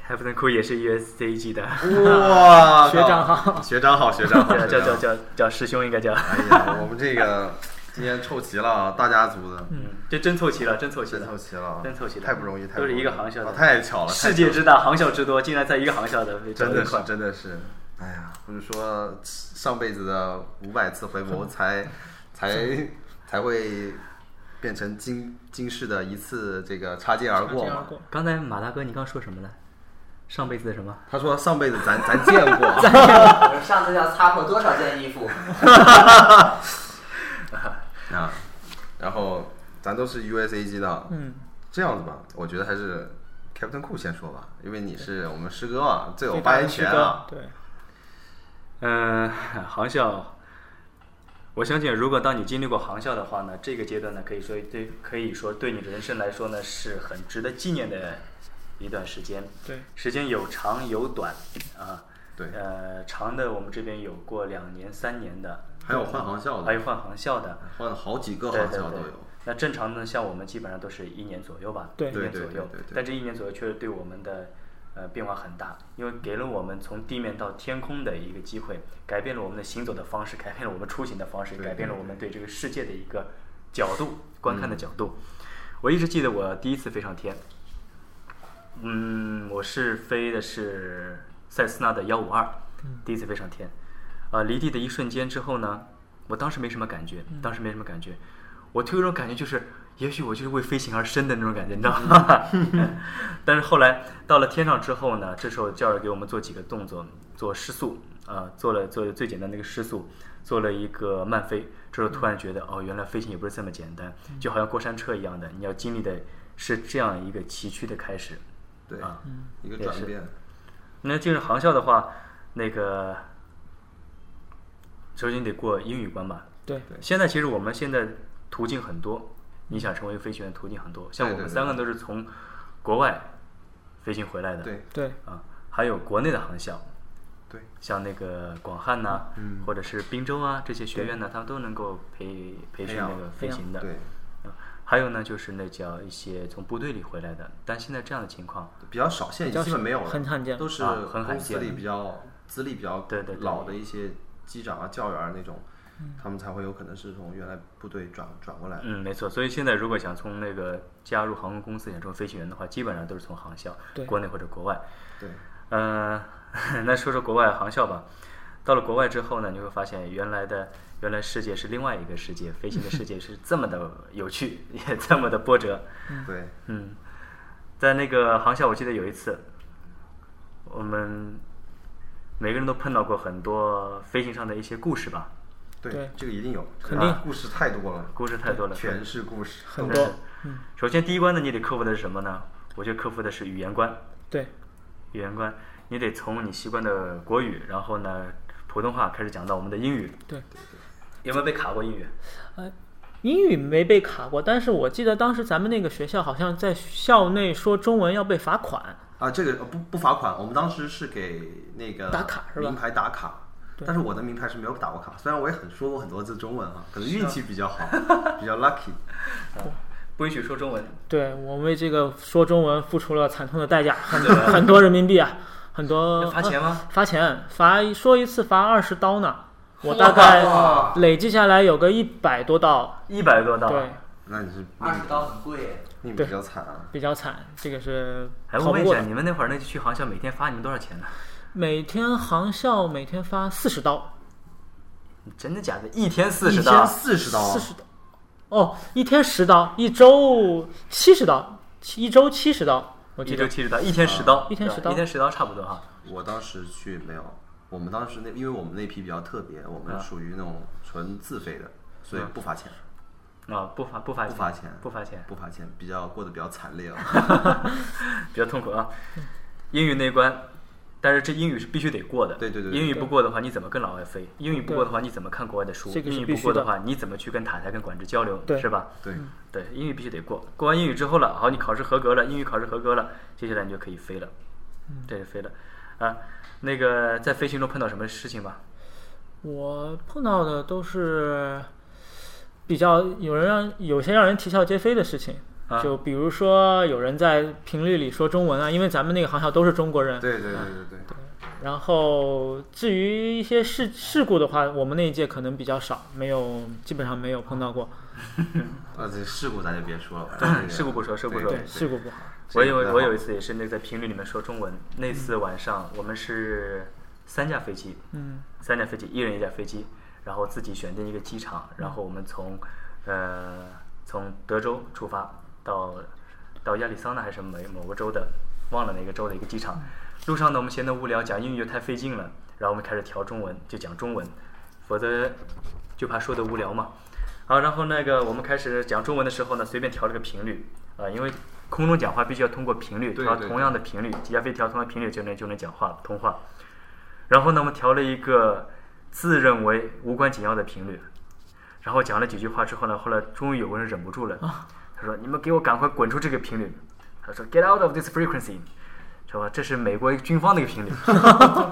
Speaker 1: 凯普顿库也是 USCG
Speaker 2: (laughs)
Speaker 1: 的，
Speaker 2: 哇，
Speaker 3: 学长好，
Speaker 2: 学长好，学
Speaker 1: (laughs)
Speaker 2: 长好，
Speaker 1: 叫
Speaker 2: 学
Speaker 1: 叫
Speaker 2: 长好。
Speaker 1: 叫叫师兄应该叫，
Speaker 2: 哎呀，我们这个今天凑齐了啊，大家族的，
Speaker 1: 这真凑齐了，真凑齐
Speaker 2: 真
Speaker 1: 了
Speaker 2: 凑。齐了啊，
Speaker 1: 真嗯凑齐了
Speaker 2: 太不容易，太
Speaker 1: 都
Speaker 2: 不
Speaker 1: 是
Speaker 2: 容易
Speaker 1: 一个航校的
Speaker 2: 啊太巧了，
Speaker 1: 世
Speaker 2: 太巧
Speaker 1: 界
Speaker 2: 了
Speaker 1: 之大，航校之多，竟然在一个航校的，
Speaker 2: 真的
Speaker 1: 快
Speaker 2: 是，真的是，哎呀，不是说上辈子的五百次回眸才才 (laughs) 才会变成今今世的一次这个擦肩而
Speaker 3: 这
Speaker 2: 过
Speaker 3: 样
Speaker 2: 嘛？
Speaker 3: 过，
Speaker 1: 刚才马大哥，你刚说什么呢？上辈子的什么？
Speaker 2: 他说上辈子咱咱见过，
Speaker 4: 我说上次要擦破多少件衣服？
Speaker 2: 啊，然后咱都是 USAG 的，
Speaker 3: 嗯，
Speaker 2: 这样子吧，我觉得还是 Captain Cool 先说吧，因为你是我们师哥啊，最有
Speaker 3: 最
Speaker 2: 发
Speaker 3: 大
Speaker 2: 言
Speaker 3: 的师
Speaker 2: 权啊
Speaker 3: 哥，，对，
Speaker 1: 嗯， (laughs) 航校，我相信，如果当你经历过航校的话呢，这个阶段呢，可以说对，可以说对你人生来说呢，是很值得纪念的一段时间。
Speaker 3: 对，
Speaker 1: 时间有长有短啊。
Speaker 2: 对
Speaker 1: 呃，长的我们这边有过两年、三年的，
Speaker 2: 还有换航校
Speaker 1: 还
Speaker 2: 的
Speaker 1: 有，换航校的，
Speaker 2: 换了好几个
Speaker 1: 哎对
Speaker 2: 航
Speaker 1: 对
Speaker 2: 校都
Speaker 1: 对
Speaker 2: 有，。
Speaker 1: 那正常的，像我们基本上都是一年左右吧，
Speaker 3: 对
Speaker 1: 一年左
Speaker 2: 对对
Speaker 1: 右
Speaker 2: 对对对。
Speaker 1: 但这一年左右确实对我们的呃变化很大，因为给了我们从地面到天空的一个机会，改变了我们的行走的方式，改变了我们出行的方式，
Speaker 2: 对嗯
Speaker 1: 改变了我们对这个世界的一个角度观看的角度。我一直记得我第一次飞上天，嗯，我是飞的是塞斯纳的幺五二，第一次飞上天。呃，离地的一瞬间之后呢，我当时没什么感觉，当时没什么感觉。我就有一种感觉，就是也许我就是为飞行而生的那种感觉，你知道吗？ (laughs) 但是后来到了天上之后呢，这时候教授给我们做几个动作，做失速，呃，做了做了最简单的一个失速，做了一个慢飞。这时候突然觉得，哦，原来飞行也不是这么简单，就好像过山车一样的，你要经历的是这样一个崎岖的开始。
Speaker 2: 对
Speaker 1: 啊，
Speaker 2: 一个
Speaker 1: 也
Speaker 2: 转
Speaker 1: 是
Speaker 2: 变，
Speaker 1: 那进入航校的话，那个首先得过英语关吧。
Speaker 3: 对，
Speaker 1: 现在其实我们现在途径很多，你想成为飞行员途径很多，像
Speaker 2: 对
Speaker 1: 我们
Speaker 2: 对对
Speaker 1: 三个都是从国外飞行回来的，
Speaker 2: 对
Speaker 3: 对，
Speaker 1: 啊，还有国内的航校，
Speaker 2: 对，
Speaker 1: 像那个广汉呐、
Speaker 2: 嗯
Speaker 1: 或者是滨州啊这些学院呢，他们都能够培培训
Speaker 2: 养
Speaker 1: 那个飞行的，
Speaker 2: 对，
Speaker 1: 啊。还有呢，就是那叫一些从部队里回来的，但现在这样的情况，
Speaker 2: 比较少，现在基本没有了，
Speaker 3: 很罕见
Speaker 2: 都是
Speaker 1: 啊很罕
Speaker 2: 公司
Speaker 1: 见
Speaker 2: 里比较资历比较
Speaker 1: 对对对
Speaker 2: 老的一些机长啊、教员儿那种，
Speaker 3: 嗯
Speaker 2: 他们才会有可能是从原来部队转转过来。
Speaker 1: 嗯，没错。所以现在如果想从那个加入航空公司想成为飞行员的话，基本上都是从航校
Speaker 3: 对，
Speaker 1: 国内或者国外。
Speaker 2: 对，
Speaker 1: 嗯， (laughs) 那说说国外航校吧。到了国外之后呢，你会发现原来的原来世界是另外一个世界，飞行的世界是这么的有趣，也这么的波折。
Speaker 2: 对，
Speaker 1: 嗯，在那个航校，我记得有一次，我们每个人都碰到过很多飞行上的一些故事吧，
Speaker 2: 对，
Speaker 3: 对
Speaker 2: 这个一定有，
Speaker 3: 肯定
Speaker 2: 啊故事太多了，
Speaker 1: 故事太多了，
Speaker 2: 全是故事，
Speaker 3: 很
Speaker 1: 真
Speaker 3: 多
Speaker 1: 是，首先第一关呢，你得克服的是什么呢？我觉得克服的是语言关，
Speaker 3: 对，
Speaker 1: 语言关，你得从你习惯的国语，然后呢，普通话开始讲到我们的英语。
Speaker 3: 对，
Speaker 1: 有没有被卡过英语？
Speaker 3: 英语没被卡过，但是我记得当时咱们那个学校好像在校内说中文要被罚款，
Speaker 2: 啊，这个呃不不罚款，我们当时是给那个
Speaker 3: 打卡是吧
Speaker 2: 名牌打卡，
Speaker 3: 对
Speaker 2: 但是我的名牌是没有打过卡，虽然我也很说过很多次中文啊，可能运气比较好，比较 lucky。
Speaker 1: 不允许说中文。
Speaker 3: 对我为这个说中文付出了惨痛的代价，
Speaker 1: (laughs)
Speaker 3: 很很多人民币啊，很多呃
Speaker 1: 罚钱吗？
Speaker 3: 罚钱，罚说一次罚二十刀呢。我大概累计下来有个一百多刀，
Speaker 1: 呃一百多啊道。
Speaker 3: 对，
Speaker 2: 那你是
Speaker 4: 二十刀很贵耶，
Speaker 2: 你比
Speaker 3: 对
Speaker 2: 较惨啊。
Speaker 3: 比较惨，这个是
Speaker 1: 哎，
Speaker 3: 逃
Speaker 1: 我
Speaker 3: 不
Speaker 1: 问一
Speaker 3: 过
Speaker 1: 下，
Speaker 3: 的。
Speaker 1: 你们那会儿那去航校每天发你们多少钱呢？
Speaker 3: 每天航校每天发四十刀，
Speaker 1: 真的假的？一天四
Speaker 2: 一
Speaker 1: 十
Speaker 2: 天
Speaker 1: 刀？
Speaker 2: 四十刀啊，
Speaker 3: 四十刀，哦，一天十刀，一周七十刀，七一周七十刀，我
Speaker 1: 一
Speaker 3: 记
Speaker 1: 周
Speaker 3: 得。
Speaker 1: 七十刀，一天十刀，
Speaker 3: 一天十
Speaker 1: 对吧
Speaker 3: 刀
Speaker 1: 一天十刀差不多啊哈。
Speaker 2: 我当时去没有，我们当时那因为我们那批比较特别，我们
Speaker 1: 啊
Speaker 2: 属于那种纯自费的，所以不罚钱，
Speaker 1: 啊，不罚不罚
Speaker 2: 不罚钱，
Speaker 1: 不罚钱，
Speaker 2: 不罚钱，比较过得比较惨烈啊。
Speaker 1: 比较痛苦啊。英语那一关，但是这英语是必须得过的。
Speaker 2: 对对对对
Speaker 1: 英语不过的话，你怎么跟老外飞？英语不过的话，你怎么看国外的书？
Speaker 3: 这个是
Speaker 1: 英语
Speaker 3: 必
Speaker 1: 不
Speaker 3: 须
Speaker 1: 过的
Speaker 3: 的
Speaker 1: 话，你怎么去跟塔台跟管制交流？
Speaker 3: 对
Speaker 1: 是吧？
Speaker 2: (laughs) 对，
Speaker 1: 对，英语必须得过。过完英语之后了，好，你考试合格了，英语考试合格了，接下来你就可以飞了。
Speaker 3: 嗯
Speaker 1: 这是飞了。啊，那个在飞行中碰到什么事情吗？
Speaker 3: 我碰到的都是比较有人让有些让人啼笑皆非的事情，
Speaker 1: 啊
Speaker 3: 就比如说有人在频率里说中文啊，因为咱们那个航校都是中国人。
Speaker 2: 对对对对对。
Speaker 3: 然后至于一些事事故的话，我们那一届可能比较少，没有基本上没有碰到过。
Speaker 2: 啊，这事故咱就别说了吧，这个
Speaker 1: 嗯事故不说事故
Speaker 2: 对
Speaker 1: 不说
Speaker 2: 对
Speaker 3: 事故不好，
Speaker 1: 我有
Speaker 2: 这个不太好
Speaker 1: 我有一次也是那个在频率里面说中文，那次晚上我们是三架飞机，
Speaker 3: 嗯，
Speaker 1: 三架飞机，一人一架飞机，然后自己选定一个机场，然后我们从呃从德州出发到到亚利桑那还是某某个州的，忘了哪个州的一个机场。路上呢，我们闲得无聊，讲英语又太费劲了，然后我们开始调中文，就讲中文，否则就怕说的无聊嘛。好，然后那个我们开始讲中文的时候呢，随便调了个频率啊、因为空中讲话必须要通过频率，
Speaker 2: 对
Speaker 1: 调
Speaker 2: 对
Speaker 1: 同样的频率，几架飞机调同样的频率就能就能讲话通话。然后呢，我们调了一个自认为无关紧要的频率，然后讲了几句话之后呢，后来终于有个人忍不住了，
Speaker 2: 啊
Speaker 1: 他说：“你们给我赶快滚出这个频率！”他说：“Get out of this frequency！” 是吧？这是美国军方的一个频率，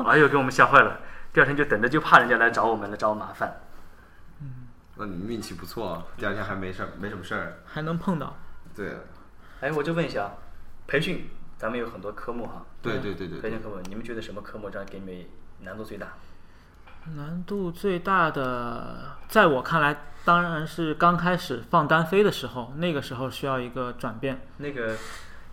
Speaker 1: 哎呦，给我们吓坏了。第二天就等着，就怕人家来找我们，来找我麻烦。
Speaker 2: 那你运气不错啊，第二天还没事儿，没什么事儿。
Speaker 3: 还能碰到。
Speaker 2: 对，
Speaker 1: 哎，我就问一下，培训咱们有很多科目哈，
Speaker 2: 对对对对
Speaker 1: 培
Speaker 2: 对
Speaker 1: 训，科目，你们觉得什么科目这样给你们难度最大？
Speaker 3: 难度最大的，在我看来，当然是刚开始放单飞的时候，那个时候需要一个转变。
Speaker 1: 那个，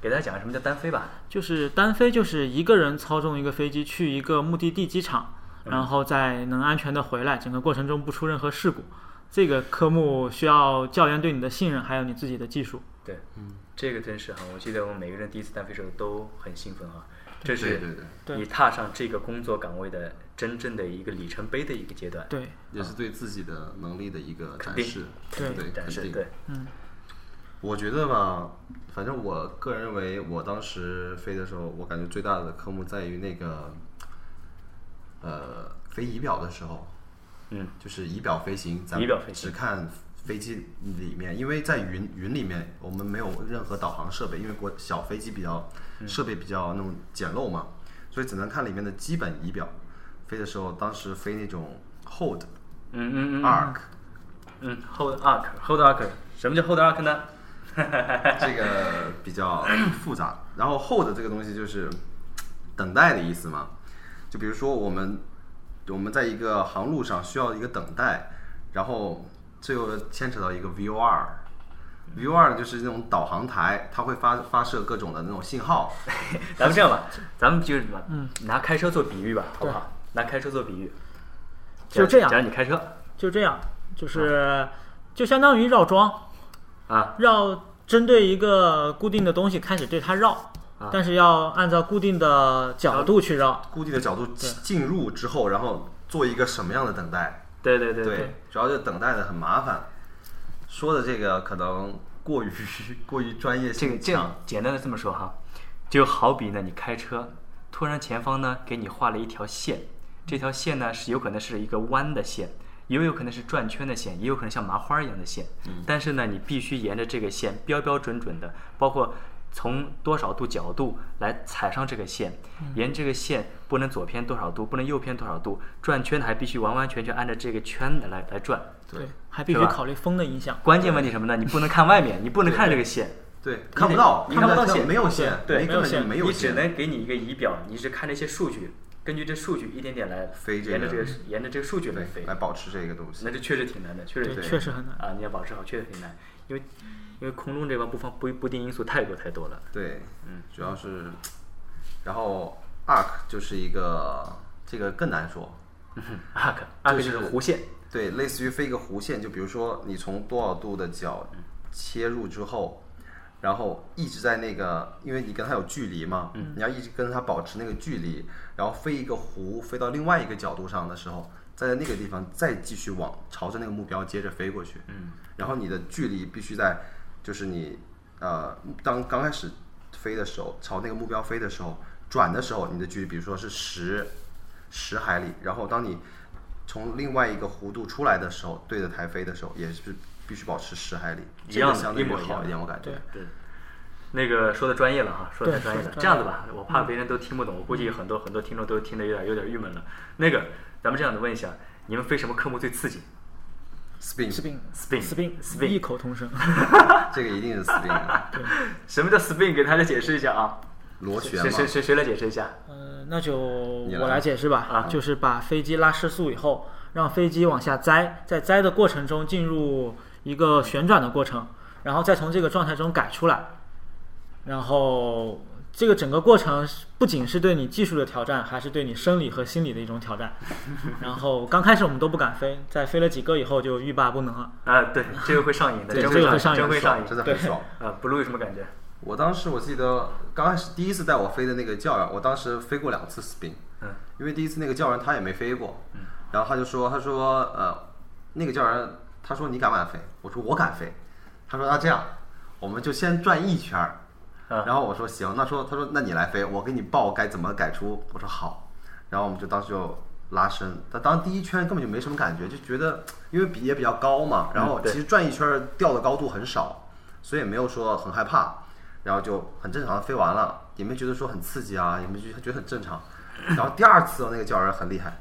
Speaker 1: 给大家讲什么叫单飞吧。
Speaker 3: 就是单飞，就是一个人操纵一个飞机去一个目的地机场，然后再能安全的回来，整个过程中不出任何事故。这个科目需要教练对你的信任，还有你自己的技术。
Speaker 1: 对，嗯，这个真是哈，我记得我们每个人第一次单飞时候都很兴奋啊，这
Speaker 2: 对
Speaker 1: 是
Speaker 2: 对对，
Speaker 3: 对
Speaker 1: 你踏上这个工作岗位的真正的一个里程碑的一个阶段。
Speaker 3: 对，
Speaker 2: 也是对自己的能力的一个展
Speaker 1: 定
Speaker 2: 示，
Speaker 3: 对
Speaker 2: 对，
Speaker 1: 但是
Speaker 2: 肯定
Speaker 1: 对，
Speaker 2: 我觉得吧，反正我个人认为，我当时飞的时候，我感觉最大的科目在于那个，呃，飞仪表的时候，
Speaker 1: 嗯，
Speaker 2: 就是仪表飞行，咱们
Speaker 1: 仪表飞行
Speaker 2: 只看飞机里面，因为在云云里面，我们没有任何导航设备，因为国小飞机比较
Speaker 1: 嗯
Speaker 2: 设备比较那种简陋嘛，所以只能看里面的基本仪表。飞的时候，当时飞那种 hold
Speaker 1: 嗯嗯嗯
Speaker 2: arc，、
Speaker 1: 嗯，hold arc，hold arc，什么叫 hold arc 呢？
Speaker 2: 这个比较复杂。然后 hold 这个东西就是等待的意思嘛，就比如说我们我们在一个航路上需要一个等待，然后这又牵扯到一个 VOR。VOR 就是那种导航台，它会发发射各种的那种信号，
Speaker 1: 咱们这样吧，咱们就是拿开车做比喻吧，好不好？拿开车做比喻，
Speaker 3: 就这样
Speaker 1: 假如你开车
Speaker 3: 就这样，就是就相当于绕桩，
Speaker 1: 啊，
Speaker 3: 绕针对一个固定的东西开始对它绕，但是要按照固定的角度去绕。
Speaker 2: 固定的角度进入之后，然后做一个什么样的等待？
Speaker 1: 对对对
Speaker 2: 对，主要就等待的很麻烦。说的这个可能过于 (laughs) 过于专
Speaker 1: 这
Speaker 2: 业
Speaker 1: 个
Speaker 2: 性
Speaker 1: 这
Speaker 2: 强
Speaker 1: 样，简单的这么说哈，就好比呢，你开车，突然前方呢给你画了一条线，这条线呢是有可能是一个弯的线，也有可能是转圈的线，也有可能像麻花一样的线。但是呢，你必须沿着这个线标标准准的，包括从多少度角度来踩上这个线，沿这个线不能左偏多少度，不能右偏多少度，转圈还必须完完全全按照这个圈来来转。
Speaker 3: 对，还必须
Speaker 1: 对吧
Speaker 3: 考虑风的影响。
Speaker 1: 关键问题什么呢？你不能看外面，你不能看这个线。
Speaker 2: 对，看不到，
Speaker 1: 你看不到
Speaker 2: 线，
Speaker 1: 线
Speaker 2: 没有线，
Speaker 1: 对
Speaker 2: 没
Speaker 1: 没
Speaker 2: 根
Speaker 1: 有
Speaker 2: 本就
Speaker 3: 线
Speaker 2: 没有
Speaker 1: 你只
Speaker 2: 线，
Speaker 1: 能给你一个仪表，你是看这些数据，根据这数据一点点来
Speaker 2: 飞这
Speaker 1: 沿着这
Speaker 2: 个
Speaker 1: 个沿着这个数据来飞
Speaker 2: 对，，来保持这个东西
Speaker 1: 那。这确实挺难的，确实
Speaker 3: 对，
Speaker 1: 挺
Speaker 3: 确实很难。
Speaker 1: 啊，你要保持好，确实挺难，因为因为空中这帮不方不不定因素太多太多了。
Speaker 2: 对，
Speaker 1: 嗯，
Speaker 2: 主要是，然后 arc 就是一个这个更难说，
Speaker 1: arc arc 就
Speaker 2: 就
Speaker 1: 是是弧线，
Speaker 2: 对，类似于飞一个弧线，就比如说你从多少度的角切入之后，然后一直在那个，因为你跟它有距离嘛，
Speaker 1: 嗯
Speaker 2: 你要一直跟它保持那个距离，然后飞一个弧，飞到另外一个角度上的时候，再在那个地方再继续往朝着那个目标接着飞过去，嗯，然后你的距离必须在，就是你呃当刚开始飞的时候，朝那个目标飞的时候，转的时候，你的距离比如说是十十海里，然后当你从另外一个弧度出来的时候，对着台飞的时候，也是必须保持十海里，
Speaker 1: 一
Speaker 2: 这
Speaker 1: 样
Speaker 2: 个
Speaker 1: 的
Speaker 2: 相对
Speaker 1: 一
Speaker 2: 于
Speaker 1: 模一
Speaker 2: 好
Speaker 1: 样
Speaker 2: 一点，我感觉
Speaker 1: 对。
Speaker 3: 对。
Speaker 1: 那个说的专业了哈，说的
Speaker 3: 对
Speaker 1: 专业
Speaker 3: 说
Speaker 1: 了
Speaker 3: 得。专
Speaker 1: 这样子吧，我怕别人都听不懂，我估计很多很多听众都听得有点有点郁闷了。那个，咱们这样子问一下，你们飞什么科目最刺激
Speaker 2: spin
Speaker 3: spin
Speaker 1: ？spin
Speaker 3: spin
Speaker 1: spin
Speaker 3: 异口同声。
Speaker 2: 这个一定是 spin 啊
Speaker 1: 什么叫 spin？给大家解释一下啊，
Speaker 2: 螺旋
Speaker 1: 谁谁
Speaker 2: 嘛，
Speaker 1: 谁谁来解释一下？
Speaker 3: 呃，那就
Speaker 2: 你
Speaker 3: 我
Speaker 2: 来
Speaker 3: 来解释吧，
Speaker 1: 啊
Speaker 3: 就是把飞机拉失速以后，让飞机往下栽，在栽的过程中进入一个旋转的过程，然后再从这个状态中改出来，然后这个整个过程是不仅是对你技术的挑战，还是对你生理和心理的一种挑
Speaker 2: (laughs)
Speaker 3: 战。然后刚开始我们都不敢飞，在飞了几个以后就欲罢不能了。
Speaker 1: 啊，对，这个会上瘾的，
Speaker 3: 对
Speaker 1: 真
Speaker 3: 这个
Speaker 1: 会
Speaker 3: 会
Speaker 1: 上
Speaker 3: 上
Speaker 1: 瘾，
Speaker 3: 瘾
Speaker 1: 真会上瘾
Speaker 2: 真。的很爽。
Speaker 1: 啊，b l u e 有什么感觉？
Speaker 2: 我当时我记得刚开始第一次带我飞的那个教员，我当时飞过两次 spin，
Speaker 1: 嗯，
Speaker 2: 因为第一次那个教员他也没飞过，然后他就说，他说呃，那个教员他说你敢不敢飞？我说我敢飞，他说那这样，我们就先转一圈儿，
Speaker 1: 嗯
Speaker 2: 然后我说行，那说他说那你来飞，我给你报该怎么改出，我说好，然后我们就当时就拉伸，但当第一圈根本就没什么感觉，就觉得因为比也比较高嘛，然后
Speaker 1: 对
Speaker 2: 其实转一圈儿掉的高度很少，所以也没有说很害怕，然后就很正常的飞完了，也没觉得说很刺激啊，也没觉得觉得很正常。然后第二次那个教员很厉害，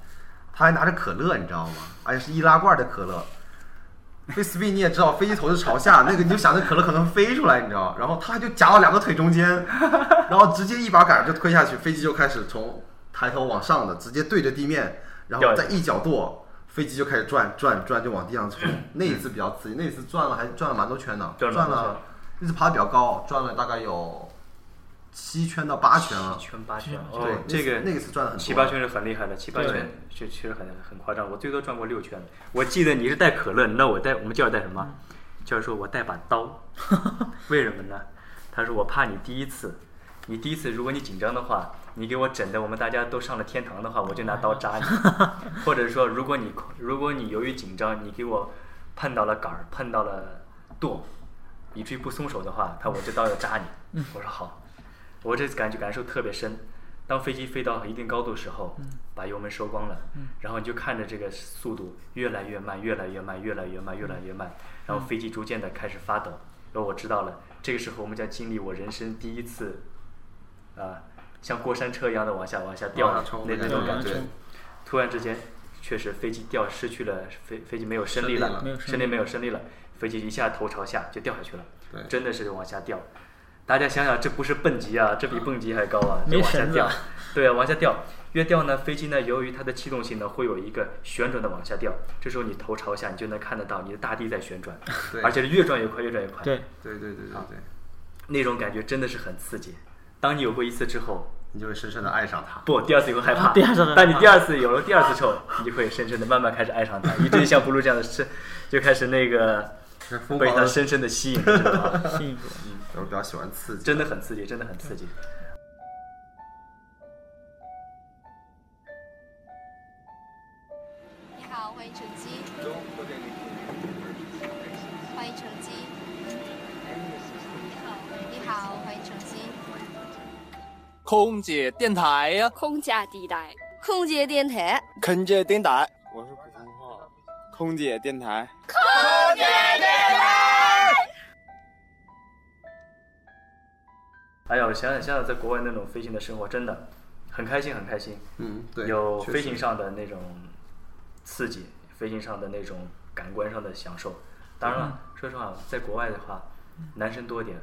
Speaker 2: 他还拿着可乐，你知道吗？而且是易拉罐的可乐。飞 spin 你也知道，飞机头是朝下， (laughs) 那个你就想着可乐可能飞出来，你知道？然后他就夹到两个腿中间， (laughs) 然后直接一把杆儿就推下去，飞机就开始从抬头往上的，直接对着地面，然后再一角跺，飞机就开始转转转，就往地上冲。那一次比较刺激，那一次转了还转了蛮多圈呢，
Speaker 1: 转
Speaker 2: 转
Speaker 1: 了蛮多圈
Speaker 2: 了，那次爬的比较高，转了大概有七圈到八圈了
Speaker 1: 七。圈八圈，哦
Speaker 2: 对，
Speaker 1: 这个
Speaker 2: 那个是赚了很多
Speaker 1: 七八圈是很厉害的，七八
Speaker 2: 对
Speaker 1: 圈确确实很很夸张。我最多转过六圈。我记得你是带可乐，你知道我带我们教练带什么？
Speaker 2: 嗯
Speaker 1: 教练说我带把
Speaker 2: (laughs)
Speaker 1: 刀，为什么呢？他说我怕你第一次，你第一次如果你紧张的话，你给我整的我们大家都上了天堂的话，我就拿刀扎你。
Speaker 2: (laughs)
Speaker 1: 或者说如果你如果你由于紧张，你给我碰到了杆儿，碰到了舵，以至于不松手的话，他我这刀要扎你。我说好，我这次感觉感受特别深。当飞机飞到一定高度的时候，把油门收光了，然后你就看着这个速度越来越慢，越来越慢，越来越慢，越来越慢，然后飞机逐渐的开始发抖。然后我知道了，这个时候我们将经历我人生第一次，啊，像过山车一样的往下往下掉
Speaker 2: 往
Speaker 1: 的
Speaker 2: 下冲
Speaker 1: 那
Speaker 2: 的
Speaker 1: 那
Speaker 2: 感
Speaker 1: 种
Speaker 2: 觉
Speaker 1: 感觉
Speaker 2: 对。
Speaker 1: 突然之间，确实飞机掉失去了飞飞机没有升力
Speaker 2: 升力了
Speaker 3: 没有升
Speaker 1: 升力没有升力了，飞机一下头朝下就掉下去了
Speaker 2: 对，
Speaker 1: 真的是往下掉。大家想想，这不是蹦极啊，这比蹦极还高啊，
Speaker 3: 没
Speaker 1: 这往下
Speaker 3: 绳子
Speaker 1: 掉
Speaker 3: 啊，
Speaker 1: 对啊，往下掉。越掉呢，飞机呢，由于它的气动性呢，会有一个旋转的往下掉。这时候你头朝下，你就能看得到你的大地在旋转，
Speaker 2: 对
Speaker 1: 而且是啊越转越快，越转越快。
Speaker 3: 对，
Speaker 2: 对对对对对，
Speaker 1: 那种感觉真的是很刺激。当你有过一次之后，
Speaker 2: 你就会深深的爱上它。
Speaker 1: 不，第二次你会害怕。
Speaker 3: 第二次呢
Speaker 1: 当你第二次有了第二次之后，你就会深深的、慢慢开始爱上它，以至于像布鲁这样的深，就开始那个
Speaker 2: 疯
Speaker 1: 被
Speaker 2: 狂
Speaker 1: 它
Speaker 2: 的，
Speaker 1: 深深的吸引，知道吗？
Speaker 3: 吸引住了。
Speaker 2: 我比较喜欢刺激。
Speaker 1: 真的很刺激，真的很刺激。
Speaker 7: 你好，欢迎乘机。欢迎乘机。你好，欢迎乘机。
Speaker 8: 空姐电台呀、
Speaker 7: 空姐电台，
Speaker 5: 空姐电台。
Speaker 10: 空姐电台，我是普通话。空姐电台，
Speaker 1: 哎呀，我想想想想，在国外那种飞行的生活，真的很开心，很开心。
Speaker 2: 嗯对
Speaker 1: 有
Speaker 2: 确
Speaker 1: 飞
Speaker 2: 实
Speaker 1: 行上的那种刺激，飞行上的那种感官上的享受。当然了，说实话，在国外的话，男生多一点。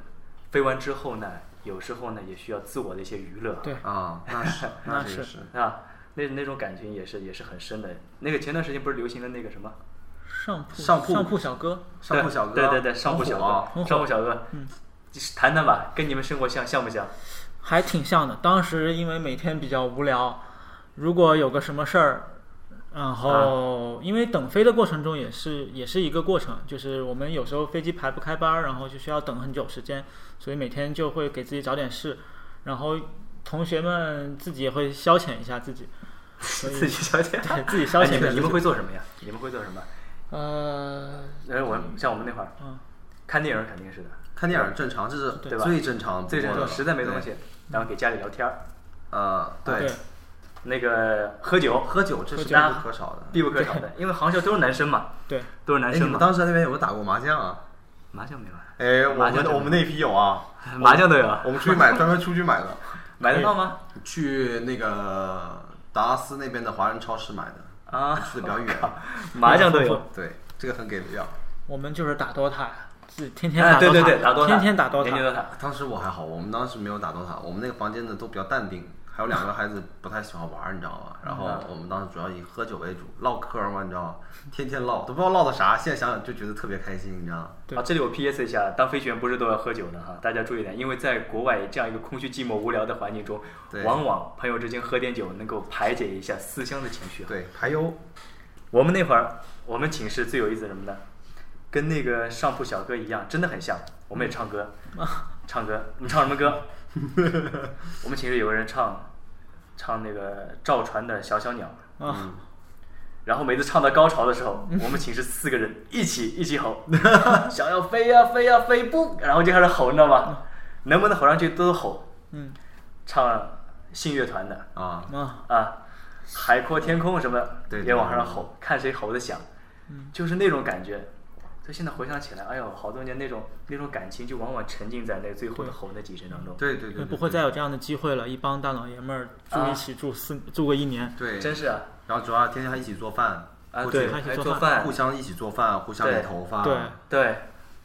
Speaker 1: 飞完之后呢，有时候呢也需要自我的一些娱乐。
Speaker 3: 对
Speaker 2: 啊，那
Speaker 1: (laughs)
Speaker 2: 是
Speaker 3: 那
Speaker 2: 这个
Speaker 3: 是
Speaker 2: 是
Speaker 1: 啊，那那种感情也是也是很深的。那个前段时间不是流行的那个什么？
Speaker 3: 上铺
Speaker 2: 上铺
Speaker 3: 小哥，
Speaker 2: 上铺小哥，
Speaker 1: 对对对，上铺
Speaker 2: 很
Speaker 1: 小
Speaker 2: 火啊
Speaker 1: 哥，上铺小哥，嗯，谈谈吧，跟你们生活像像不像？
Speaker 3: 还挺像的。当时因为每天比较无聊，如果有个什么事儿，然
Speaker 1: 啊
Speaker 3: 后、因为等飞的过程中也是也是一个过程，就是我们有时候飞机排不开班儿，然后就需要等很久时间，所以每天就会给自己找点事，然后同学们自己也会消遣一下自己。所以
Speaker 1: 自己消
Speaker 2: (laughs)
Speaker 1: 遣，
Speaker 3: 对自己消
Speaker 1: 哎
Speaker 3: 遣
Speaker 1: 你
Speaker 3: 对
Speaker 1: 们
Speaker 3: 自己
Speaker 1: 你们会做什么呀？你们会做什么？
Speaker 3: 呃，
Speaker 1: 呃，我像我们那会儿，
Speaker 3: 嗯，
Speaker 1: 看电影肯定是的，
Speaker 2: 看电影正常，这
Speaker 1: 对
Speaker 2: 是
Speaker 1: 吧
Speaker 2: 最正常，
Speaker 1: 最正常，实在没东西
Speaker 2: 哦对。，
Speaker 1: 然后给家里聊天儿，
Speaker 2: 呃，
Speaker 3: 对
Speaker 2: 对，，
Speaker 1: 那个喝酒，
Speaker 2: 喝酒这是必
Speaker 1: 那
Speaker 2: 不可少的。
Speaker 1: 必不可少的，因为航校都是男生嘛，
Speaker 3: 对，
Speaker 1: 都是男
Speaker 2: 哎，你
Speaker 1: 生
Speaker 2: 们
Speaker 1: 嘛。
Speaker 2: 当时在那边有没有打过麻将啊？
Speaker 1: 麻将没玩，
Speaker 2: 哎，
Speaker 1: 麻将
Speaker 2: 我们那批有啊，
Speaker 1: 麻将都有，
Speaker 2: 我哎们出去买，专门出去买的，
Speaker 1: 买得到吗？
Speaker 2: 去那个达拉斯那边的华人超市买的，
Speaker 1: 啊，
Speaker 2: 去的比较远。
Speaker 1: 麻将都有。
Speaker 2: 对，这个很给力啊。
Speaker 3: 我们就是打 DOTA 呀，自己天天
Speaker 1: 哎，
Speaker 3: 打 DOTA，、
Speaker 1: 对对对，打 DOTA，
Speaker 3: 天天打
Speaker 1: 天天
Speaker 3: DOTA，
Speaker 1: DOTA。
Speaker 2: 当时我还好，我们当时没有打 DOTA，我们那个房间的都比较淡定，还有两个孩子不太喜欢玩儿，你知道吗？然后我们当时主要以喝酒为主，唠嗑儿嘛，你知道吗？天天唠，都不知道唠的啥，现在想想就觉得特别开心，你知道吗？
Speaker 3: 对
Speaker 1: 啊，这里我 PS 一下，当飞行员不是都要喝酒的哈，大家注意点，因为在国外这样一个空虚、寂寞、无聊的环境中
Speaker 2: 对，
Speaker 1: 往往朋友之间喝点酒能够排解一下思乡的情绪。，
Speaker 2: 对，排忧，
Speaker 1: 我们那会儿，我们寝室最有意思是什么呢？跟那个上铺小哥一样，真的很像。我们也唱歌，
Speaker 2: 嗯
Speaker 1: (laughs) 唱歌，我们唱什么歌？ (laughs) 我们寝室有个人唱，唱那个赵传的《小小鸟》。
Speaker 3: 啊，
Speaker 1: 然后每次唱到高潮的时候，我们寝室四个人一起 (laughs) 一起吼，想要飞呀、飞呀、飞不，然后就开始吼，你知道吗？能不能吼上去都吼。
Speaker 3: 嗯
Speaker 1: 唱信乐团的
Speaker 2: 啊，
Speaker 3: 啊，
Speaker 1: 啊，海阔天空什么的，
Speaker 2: 对对
Speaker 1: 也往上吼，看谁吼的响，就是那种感觉。所以现在回想起来，哎呦，好多年那种那种感情，就往往沉浸在那最后的吼那几声当中。
Speaker 2: 对对对
Speaker 3: 也
Speaker 2: 对，
Speaker 3: 不会再有这样的机会了。一帮大老爷们儿住一起住四、住个一年，
Speaker 2: 对，
Speaker 1: 真是啊，
Speaker 2: 然后主要天天还一起做饭，
Speaker 1: 啊
Speaker 2: 互
Speaker 1: 对，
Speaker 2: 相
Speaker 3: 还一起
Speaker 1: 还
Speaker 3: 做
Speaker 1: 做
Speaker 3: 饭
Speaker 1: 饭
Speaker 2: 互，相一起做饭，互相
Speaker 1: 对
Speaker 2: 理头发，
Speaker 3: 对
Speaker 1: 对，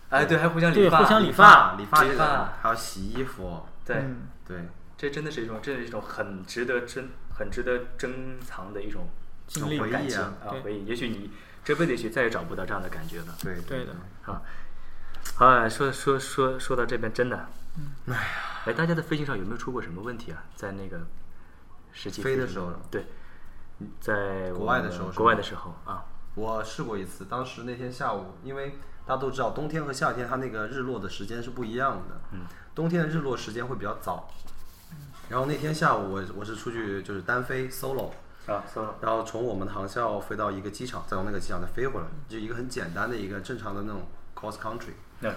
Speaker 1: 哎对，还互相理
Speaker 3: 对
Speaker 1: 发，
Speaker 3: 互相
Speaker 2: 理
Speaker 3: 理
Speaker 2: 发
Speaker 3: 发
Speaker 2: 理发
Speaker 1: 理
Speaker 2: 这个
Speaker 1: 发，
Speaker 2: 还要洗衣服，
Speaker 1: 对。
Speaker 3: 嗯，
Speaker 2: 对，
Speaker 1: 这真的是一种，这是一种很值得珍、很值得珍藏的一种
Speaker 3: 经历
Speaker 2: 有回
Speaker 1: 感
Speaker 2: 忆
Speaker 1: 情
Speaker 2: 啊，
Speaker 1: 啊
Speaker 3: 对
Speaker 1: 回忆。也许你这辈子也许再也找不到这样的感觉了
Speaker 2: 对
Speaker 3: 对的，
Speaker 1: 啊！啊，说说说说到这边，真的，
Speaker 2: 嗯
Speaker 1: 哎，大家在飞行上有没有出过什么问题啊？在那个实际
Speaker 2: 飞的
Speaker 1: 行
Speaker 2: 时候
Speaker 1: 对，在
Speaker 2: 国
Speaker 1: 我
Speaker 2: 外
Speaker 1: 们
Speaker 2: 的时候是
Speaker 1: 国外
Speaker 2: 吗
Speaker 1: 的时候啊，
Speaker 2: 我试过一次，当时那天下午，因为大家都知道冬天和夏天它那个日落的时间是不一样的，嗯，冬天的日落时间会比较早。
Speaker 3: 嗯
Speaker 2: 然后那天下午我我是出去就是单飞 solo，
Speaker 1: 啊，solo
Speaker 2: 然后从我们的航校飞到一个机场，再从那个机场再飞回来，就一个很简单的一个正常的那种 cross country，
Speaker 1: 那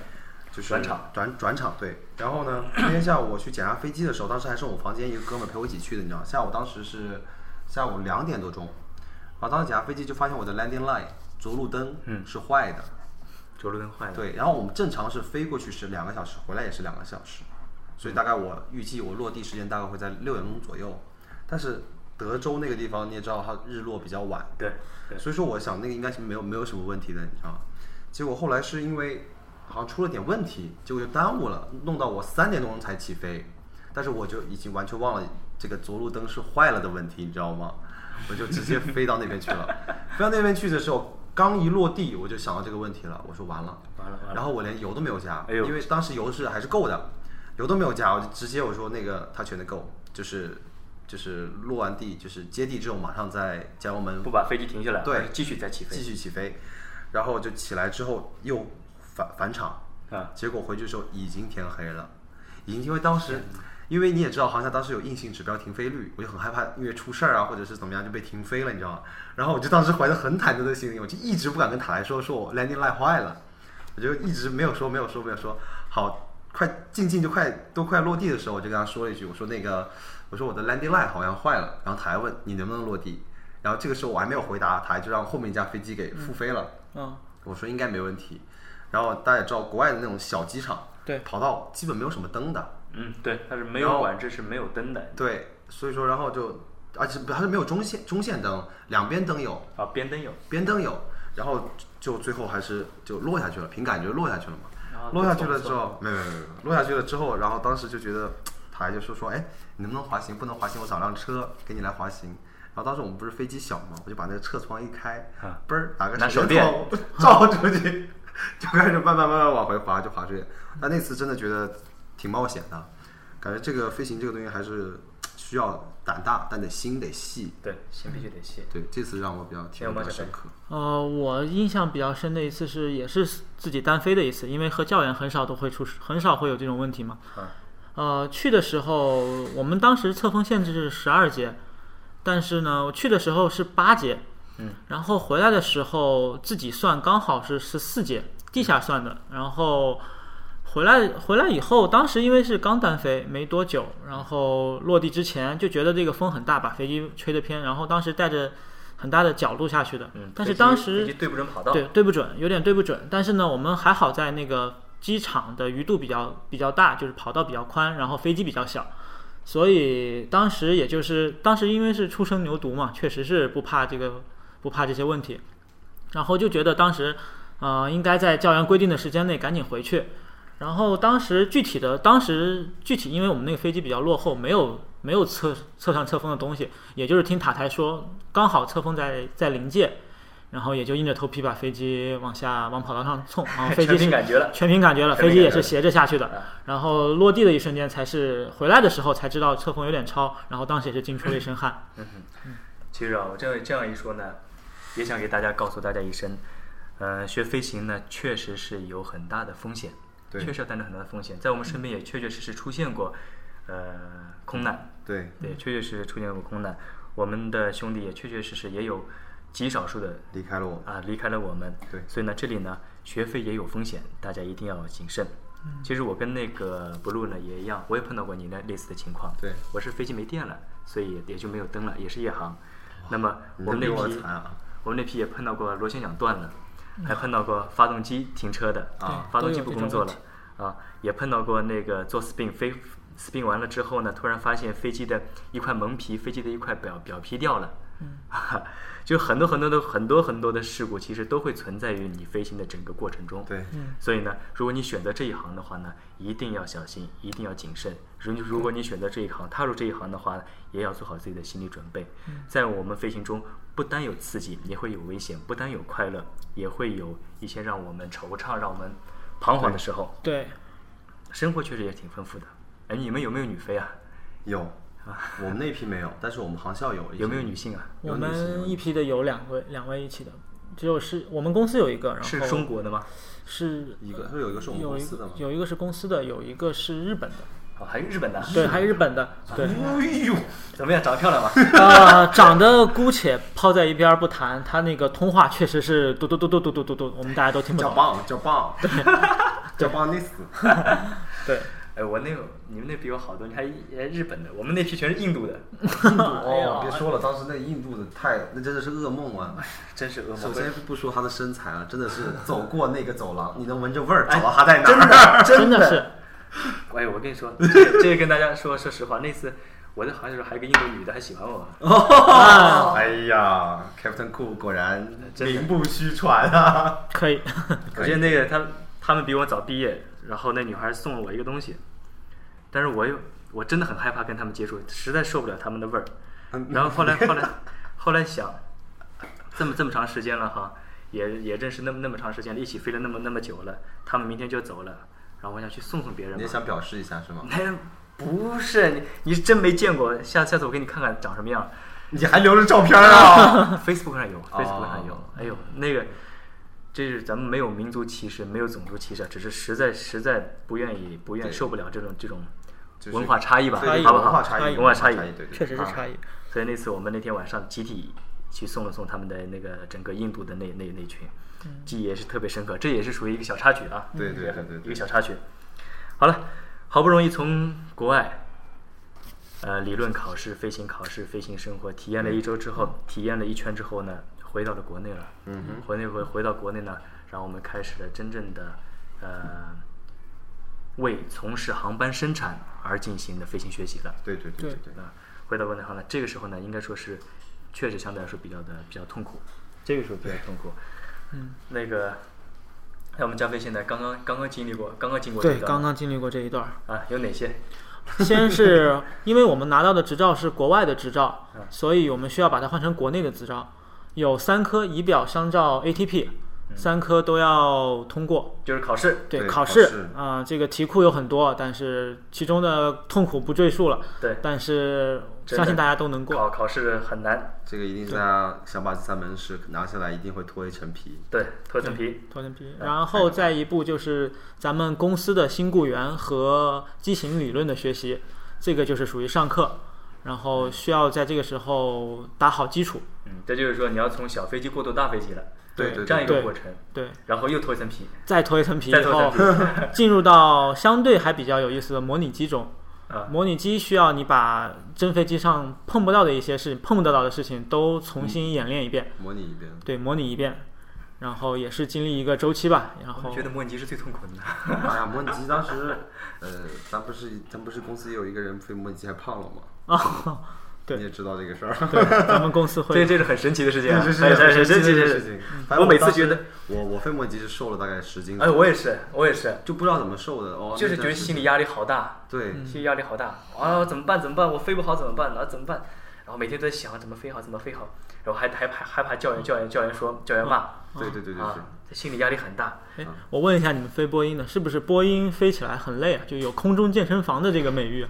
Speaker 2: 就是
Speaker 1: 转场
Speaker 2: 转转场对。然后呢，那天下午我去检查飞机的时候，当时还是我房间一个哥们儿陪我一起去的，你知道吗，下午当时是下午两点多钟，然后当时检查飞机就发现我的 landing line 着陆灯
Speaker 1: 嗯
Speaker 2: 是坏的，
Speaker 1: 着陆灯坏了，，
Speaker 2: 对。然后我们正常是飞过去是两个小时，回来也是两个小时，所以大概我预计我落地时间大概会在六点钟左右，但是。德州那个地方你也知道，它日落比较晚，
Speaker 1: 对对，
Speaker 2: 所以说我想那个应该是没有没有什么问题的，你知道吗？结果后来是因为好像出了点问题，结果就耽误了，弄到我三点多钟才起飞，但是我就已经完全忘了这个着陆灯是坏了的问题，你知道吗？我就直接飞到那边去了。飞到那边去的时候，刚一落地我就想到这个问题了，我说完了，
Speaker 1: 完了完了
Speaker 2: 然后我连油都没有加，
Speaker 1: 哎呦
Speaker 2: 因为当时油是还是够的，油都没有加，我就直接我说那个他全的够，就是就是落完地就是接地之后马上在加油门
Speaker 1: 不把飞机停下来，
Speaker 2: 对
Speaker 1: 而是继续再起飞，
Speaker 2: 继续起飞，然后就起来之后又返返场，
Speaker 1: 啊，
Speaker 2: 结果回去的时候已经天黑了，已经因为当时，因为你也知道航厦当时有硬性指标停飞率，我就很害怕，因为出事儿啊或者是怎么样就被停飞了，你知道吗？然后我就当时怀着很忐忑的心情，我就一直不敢跟塔来说，说我 landing line 坏了，我就一直没有说没有说没有说，好，快进近就快都快落地的时候，我就跟他说了一句，我说那个我说我的 landing line 好像坏了，然后他还问你能不能落地，然后这个时候我还没有回答，他就让后面一架飞机给复飞了。
Speaker 3: 嗯，
Speaker 2: 我说应该没问题。然后大家也知道，国外的那种小机场，
Speaker 3: 对
Speaker 2: 跑道基本没有什么灯的，
Speaker 1: 嗯，对，它是没
Speaker 2: 然
Speaker 1: 有
Speaker 2: 后
Speaker 1: 管制，是没有灯的
Speaker 2: 对，所以说然后就，而且它是没有中线中线灯，两边灯有，
Speaker 1: 啊，边灯有。
Speaker 2: 边灯有，然后就最后还是就落下去了，凭感觉落下去了
Speaker 1: 啊
Speaker 2: 嘛。落下去了之后，没有没有没有没有，落下去了之后，然后当时就觉得，他还就说说，哎，你能不能滑行？不能滑行，我找辆车给你来滑行。然后当时我们不是飞机小嘛，我就把那个车窗一开 (laughs)
Speaker 1: 啊，
Speaker 2: 嘣儿打个
Speaker 1: 拿手
Speaker 2: 手
Speaker 1: 电
Speaker 2: 电筒照出去，就开始慢慢慢慢往回滑，就滑出去。但那次真的觉得挺冒险的，感觉这个飞行这个东西还是需要胆大，但得心得细。
Speaker 1: 对，心必须得细。
Speaker 2: 对，这次让我比较体
Speaker 1: 没有
Speaker 2: 会
Speaker 1: 冒
Speaker 2: 比较
Speaker 1: 险
Speaker 2: 深
Speaker 1: 呗
Speaker 2: 刻。
Speaker 3: 呃，我印象比较深的一次是，也是自己单飞的一次，因为和教员很少都会出，很少会有这种问题嘛。
Speaker 1: 嗯
Speaker 3: 呃，去的时候我们当时测风限制是十二节，但是呢，我去的时候是八节，
Speaker 1: 嗯，
Speaker 3: 然后回来的时候自己算刚好是十四节，地下算的，
Speaker 1: 嗯
Speaker 3: 然后。回来回来以后，当时因为是刚单飞没多久，然后落地之前就觉得这个风很大，把飞机吹得偏，然后当时带着很大的角度下去的，
Speaker 1: 嗯，
Speaker 3: 但
Speaker 1: 飞
Speaker 3: 是
Speaker 1: 机
Speaker 3: 当
Speaker 1: 飞
Speaker 3: 时
Speaker 1: 机对不准跑道，
Speaker 3: 对对不准，有点对不准。但是呢，我们还好在那个机场的鱼肚比较比较大，就是跑道比较宽，然后飞机比较小，所以当时也就是当时因为是初生牛犊嘛，确实是不怕这个不怕这些问题，然后就觉得当时呃应该在教员规定的时间内赶紧回去。然后当时具体的，当时具体因为我们那个飞机比较落后，没有没有测测上测风的东西，也就是听塔台说，刚好测风在在临界，然后也就硬着头皮把飞机往下往跑道上
Speaker 1: (laughs)
Speaker 3: 冲，然后飞
Speaker 1: 全凭
Speaker 3: 机是
Speaker 1: 感觉了。
Speaker 3: 全凭感觉了，
Speaker 1: 全凭
Speaker 3: 飞机也
Speaker 1: 感觉
Speaker 3: 是
Speaker 1: 了
Speaker 3: 斜着下去的
Speaker 1: 啊，
Speaker 3: 然后落地的一瞬间才是回来的时候才知道侧风有点超，然后当时也是惊出了一
Speaker 1: (laughs)
Speaker 3: 身汗。
Speaker 1: 其实啊，我这这样一说呢，也想给大家告诉大家一声，呃，学飞行呢，确实是有很大的风险，
Speaker 2: 对
Speaker 1: 确实要担着很大的风险，在我们身边也确确实实出现过，呃，空难，
Speaker 2: 对，
Speaker 1: 对，确确实实出现过空难，我们的兄弟也确确实实也有极少数的
Speaker 2: 离开了我们。
Speaker 1: 啊离开了我们。
Speaker 2: 对
Speaker 1: 所以呢，这里呢学费也有风险，大家一定要谨慎。
Speaker 2: 嗯
Speaker 1: 其实我跟那个 blue 呢也一样，我也碰到过你那类似的情况。
Speaker 2: 对
Speaker 1: 我是飞机没电了，所以也就没有灯了，也是夜航。那么
Speaker 2: 你
Speaker 1: 我们
Speaker 2: 这
Speaker 1: 那
Speaker 2: 比我
Speaker 1: 批
Speaker 2: 惨啊
Speaker 1: 我们那批也碰到过螺旋桨断了，
Speaker 3: 嗯
Speaker 1: 还碰到过发动机停车的
Speaker 2: 啊
Speaker 1: 发动机
Speaker 3: 都有
Speaker 1: 不
Speaker 3: 这
Speaker 1: 工
Speaker 3: 种
Speaker 1: 作
Speaker 3: 问
Speaker 1: 了
Speaker 3: 题
Speaker 1: 啊，也碰到过那个做 spin 飞 spin 完了之后呢，突然发现飞机的一块蒙皮，飞机的一块表表皮掉了。
Speaker 3: 嗯
Speaker 1: 啊 (laughs) 就很多很多的很多很多的事故，其实都会存在于你飞行的整个过程中。
Speaker 2: 对，
Speaker 3: 嗯
Speaker 1: 所以呢，如果你选择这一行的话呢，一定要小心，一定要谨慎。如如果你选择这一行，踏入这一行的话，也要做好自己的心理准备。
Speaker 3: 嗯
Speaker 1: 在我们飞行中，不单有刺激，也会有危险；不单有快乐，也会有一些让我们惆怅、让我们彷徨的时候。
Speaker 3: 对，
Speaker 1: 生活确实也挺丰富的。哎，你们有没有女飞啊？
Speaker 2: 有，我们那批没有，但是我们航校啊有。
Speaker 1: 有没有女？性啊？
Speaker 3: 我
Speaker 2: 有你是有
Speaker 3: 们
Speaker 2: 你
Speaker 3: 一批的有两位，两位一起的，只有是我们公司有一个，然后
Speaker 1: 是中国的吗？
Speaker 3: 是
Speaker 2: 一个，他说有一个是我们
Speaker 3: 有
Speaker 2: 公
Speaker 3: 一
Speaker 2: 司的
Speaker 3: 个
Speaker 2: 嘛。
Speaker 3: 有一个是公司的，有一个是日本的，
Speaker 1: 哦，还有日本的啊。
Speaker 3: 对，还有日本的，对。
Speaker 1: 哎呦，怎么样？长得漂亮吗？ (laughs)
Speaker 3: 呃，长得姑且抛在一边儿不谈，他那个通话确实是嘟嘟嘟嘟嘟嘟嘟嘟，我们大家都听不
Speaker 2: 叫
Speaker 3: 懂。
Speaker 2: 棒，叫棒， (laughs) 叫棒
Speaker 3: (laughs)
Speaker 2: 你死。
Speaker 3: 对，
Speaker 1: 哎，我那个你们那比我好多，你还哎日本的，我们那批全是印度的，
Speaker 3: 哎
Speaker 2: 哦，别说了，当时那印度的太，那真的是噩梦啊！
Speaker 1: 真是噩
Speaker 2: 首
Speaker 1: 梦。
Speaker 2: 先不说他的身材啊，真的 (laughs) 是走过那个走廊，你能闻着味儿，找到他在哪
Speaker 1: 真
Speaker 2: 儿。
Speaker 1: 的，
Speaker 3: 真
Speaker 1: 的
Speaker 3: 的是，
Speaker 1: 哎，我跟你说，这这个跟大家说，说实话，那次我在航校的时候，还有一个印度女的还喜欢我，
Speaker 2: 哦
Speaker 3: 啊，
Speaker 2: (laughs) 哎呀，Captain Cool 果然
Speaker 1: 真的
Speaker 2: 名不虚传啊！
Speaker 3: 可以，
Speaker 1: 我记得那个她，她们比我早毕业，然后那女孩送了我一个东西，但是我又我真的很害怕跟她们接触，实在受不了她们的味儿。
Speaker 2: 嗯
Speaker 1: 然后后来后来后来想，这么这么长时间了哈，也也认识那么那么长时间了，一起飞了那么那么久了，她们明天就走了，然后我想去送送别人
Speaker 2: 你也
Speaker 1: 吧。
Speaker 2: 想表示一下是吗？
Speaker 1: (laughs) 哎，不是你，你是真没见过，下下次我给你看看长什么样。
Speaker 2: 你还留着照片啊？
Speaker 1: Facebook 上有，Facebook 上有。哎呦，那个，这是咱们没有民族歧视，没有种族歧视，只是实在实在不愿意，不愿意
Speaker 2: 对
Speaker 1: 受不了这种这种
Speaker 2: 就是
Speaker 1: 文化差异吧，
Speaker 2: 对
Speaker 1: 好不好？
Speaker 2: 文化差异，
Speaker 1: 文化差异
Speaker 2: 异，，对啊对。
Speaker 3: (laughs) 确实是差异。
Speaker 1: 所以那次我们那天晚上集体去送了送他们的那个整个印度的那那嗯那群，记忆也是特别深刻。这也是属于一个小插曲啊，
Speaker 2: 嗯对对对对对
Speaker 1: 一个小插曲。好了，好不容易从国外，呃，理论考试、飞行考试、飞行生活体验了一周之后，
Speaker 2: 嗯
Speaker 1: 体验了一圈之后呢，回到了国内了。嗯回那回回到国内呢，然后我们开始了真正的，呃，为从事航班生产而进行的飞行学习了。
Speaker 2: 对对对对
Speaker 1: 啊，回到国内后呢，这个时候呢，应该说是确实相对来说比较的比较痛苦，这个时候比较痛苦。
Speaker 3: 嗯，
Speaker 1: 那个，那我们加菲现在刚刚刚刚经历过，刚刚经过这
Speaker 3: 对，
Speaker 1: 一段
Speaker 3: 刚刚经历过这一段儿。
Speaker 1: 啊，有哪些？
Speaker 3: 先是因为我们拿到的执照是国外的执照，所以我们需要把它换成国内的执照。有三科仪表相照 ATP，三科都要通过。
Speaker 1: 就是考试。
Speaker 3: 对，
Speaker 2: 对考
Speaker 3: 考试
Speaker 2: 试
Speaker 3: 啊、这个题库有很多，但是其中的痛苦不赘述了。
Speaker 1: 对
Speaker 3: 但是
Speaker 1: 真的
Speaker 3: 相信大家都能过。
Speaker 1: 考考试很难，
Speaker 2: 这个一定是大家想把这三门试拿下来，一定会脱一层皮。
Speaker 1: 对，脱层皮。
Speaker 3: 脱层皮，
Speaker 1: 啊
Speaker 3: 然后再一步就是咱们公司的新雇员和机型理论的学习，这个就是属于上课，然后需要在这个时候打好基础。
Speaker 1: 嗯，这就是说你要从小飞机过渡大飞机了，
Speaker 2: 对对对
Speaker 1: 这样一个过程，
Speaker 3: 对，
Speaker 1: 然后又脱一层皮，
Speaker 3: 再脱一层皮
Speaker 1: 再
Speaker 3: 以
Speaker 1: 脱一
Speaker 3: 后，
Speaker 1: 层皮，
Speaker 3: (laughs) 进入到相对还比较有意思的模拟机中。
Speaker 1: 啊，
Speaker 3: 模拟机需要你把真飞机上碰不到的一些事情、碰得到的事情都重
Speaker 1: 嗯
Speaker 3: 新演练一遍，
Speaker 2: 模
Speaker 1: (laughs)
Speaker 2: 拟一遍，
Speaker 3: 对，模拟一遍，然后也是经历一个周期吧。然后 (laughs)
Speaker 1: 我觉得模拟机是最痛苦的。
Speaker 2: 哎呀，模拟机当时，呃，咱不是咱不是公司也有一个人飞模拟机还胖了吗？
Speaker 3: 啊，对
Speaker 2: 你也知道这个事儿。
Speaker 3: 对， (laughs)
Speaker 2: (laughs)
Speaker 3: 咱们公司
Speaker 1: 这
Speaker 3: 会
Speaker 1: 这是很神奇的事情啊，
Speaker 2: 这
Speaker 1: 哎
Speaker 2: 是很神
Speaker 1: 神
Speaker 2: 奇
Speaker 1: 奇
Speaker 2: 的
Speaker 1: 的
Speaker 2: 事情。反正
Speaker 1: 嗯我每次
Speaker 2: 当时
Speaker 1: 觉得，
Speaker 2: 我我飞模拟机是瘦了大概十斤左
Speaker 1: 哎，
Speaker 2: 右，
Speaker 1: 我也是，我也是，
Speaker 2: 就不知道怎么瘦的哦，
Speaker 1: 就是觉
Speaker 2: 那嗯段
Speaker 1: 得
Speaker 2: 时
Speaker 1: 心理嗯
Speaker 2: 间
Speaker 1: 压力好大，
Speaker 2: 对，
Speaker 1: 心理压力好大啊，怎么办？怎么办？我飞不好怎么办？啊，怎么办？然后每天都在想怎么飞好，怎么飞好，然后还还怕还怕教员教员教员说教员骂
Speaker 2: 对对对对对
Speaker 1: 啊，心理压力很大。
Speaker 3: 哎，我问一下你们飞波音的，是不是波音飞起来很累啊？就有空中健身房的这个美誉，啊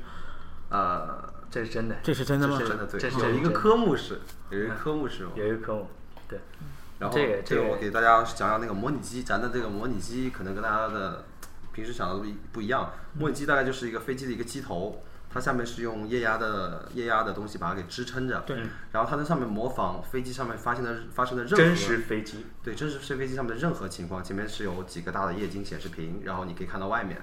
Speaker 2: 呃，
Speaker 1: 这是真的，
Speaker 3: 这是真的
Speaker 2: 这
Speaker 3: 吗？
Speaker 2: 是真的对
Speaker 1: 这是，
Speaker 2: 有一个
Speaker 1: 真的
Speaker 2: 科目是，有一个科目是，
Speaker 1: 有一个科目，对，
Speaker 2: 然后
Speaker 1: 这个这
Speaker 2: 这
Speaker 1: 个
Speaker 2: 个我给大家讲讲那个模拟机，咱的这个模拟机可能跟大家的平时想的不一不一样。
Speaker 1: 嗯
Speaker 2: 模拟机大概就是一个飞机的一个机头，它下面是用液压的液压的东西把它给支撑着，
Speaker 3: 对，
Speaker 2: 然后它在上面模仿飞机上面发现的发生的任何
Speaker 1: 真实飞机，
Speaker 2: 对，这是飞飞机上面的任何情况，前面是有几个大的液晶显示屏，然后你可以看到外面，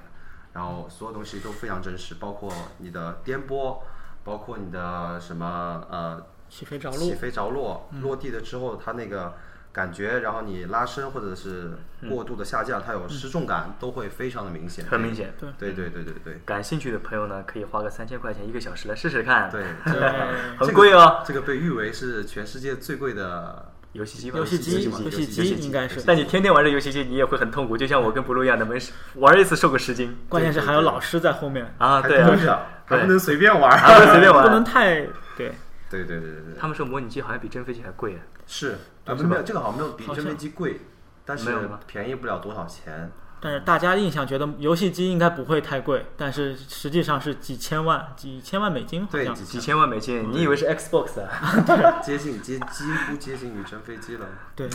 Speaker 2: 然后所有东西都非常真实，包括你的颠簸，包括你的什么呃
Speaker 3: 起飞着陆嗯
Speaker 2: 起，飞着落，落地了之后它那个感觉，然后你拉伸或者是
Speaker 3: 嗯
Speaker 2: 过度的下降，它有失重感，都会非常的明显。
Speaker 1: 很明显。
Speaker 3: 对
Speaker 2: 对对对对
Speaker 1: (laughs)
Speaker 2: 对
Speaker 1: 感兴趣的朋友呢，可以花个三千块钱一个小时来试试看。 (laughs)
Speaker 2: 对，，
Speaker 3: 对
Speaker 1: 很贵哦，
Speaker 2: 这个被誉为是全世界最贵的
Speaker 1: 游戏机吧，
Speaker 3: 游戏机，
Speaker 2: 嘛
Speaker 3: 游戏
Speaker 2: 游
Speaker 3: 机
Speaker 2: 戏机
Speaker 3: 应该是，
Speaker 1: 但你天天玩这游戏机，你也会很痛苦，就像我跟布鲁一样的，没事玩一次瘦个十斤
Speaker 3: 关键是还有老师在后面，
Speaker 1: 啊。
Speaker 2: 还
Speaker 1: 对
Speaker 2: 蹲着
Speaker 1: 啊，，
Speaker 2: 还
Speaker 1: 对
Speaker 2: 不
Speaker 1: 啊
Speaker 2: 能随便玩
Speaker 1: 还
Speaker 2: 儿。
Speaker 1: 不能随便
Speaker 3: 不能
Speaker 1: 玩。
Speaker 3: 太对。
Speaker 2: (laughs) 对对对对对
Speaker 1: 他，们说模拟机好像比真飞机还贵，
Speaker 2: 是啊，没有这个好像没有比
Speaker 3: 好
Speaker 2: 真飞
Speaker 3: 像
Speaker 2: 机贵，但
Speaker 1: 没有
Speaker 2: 是
Speaker 1: 吗
Speaker 2: 便宜不了多少钱。
Speaker 1: (laughs)
Speaker 3: 但是大家印象觉得游戏机应该不会太贵，但是实际上是几千万、几千万美金好
Speaker 2: 对，
Speaker 3: 像。
Speaker 1: 几
Speaker 2: 几千
Speaker 1: 千万美金，你以为是 (laughs) Xbox 啊？
Speaker 2: 接近接几乎接近于真飞机了，
Speaker 3: 对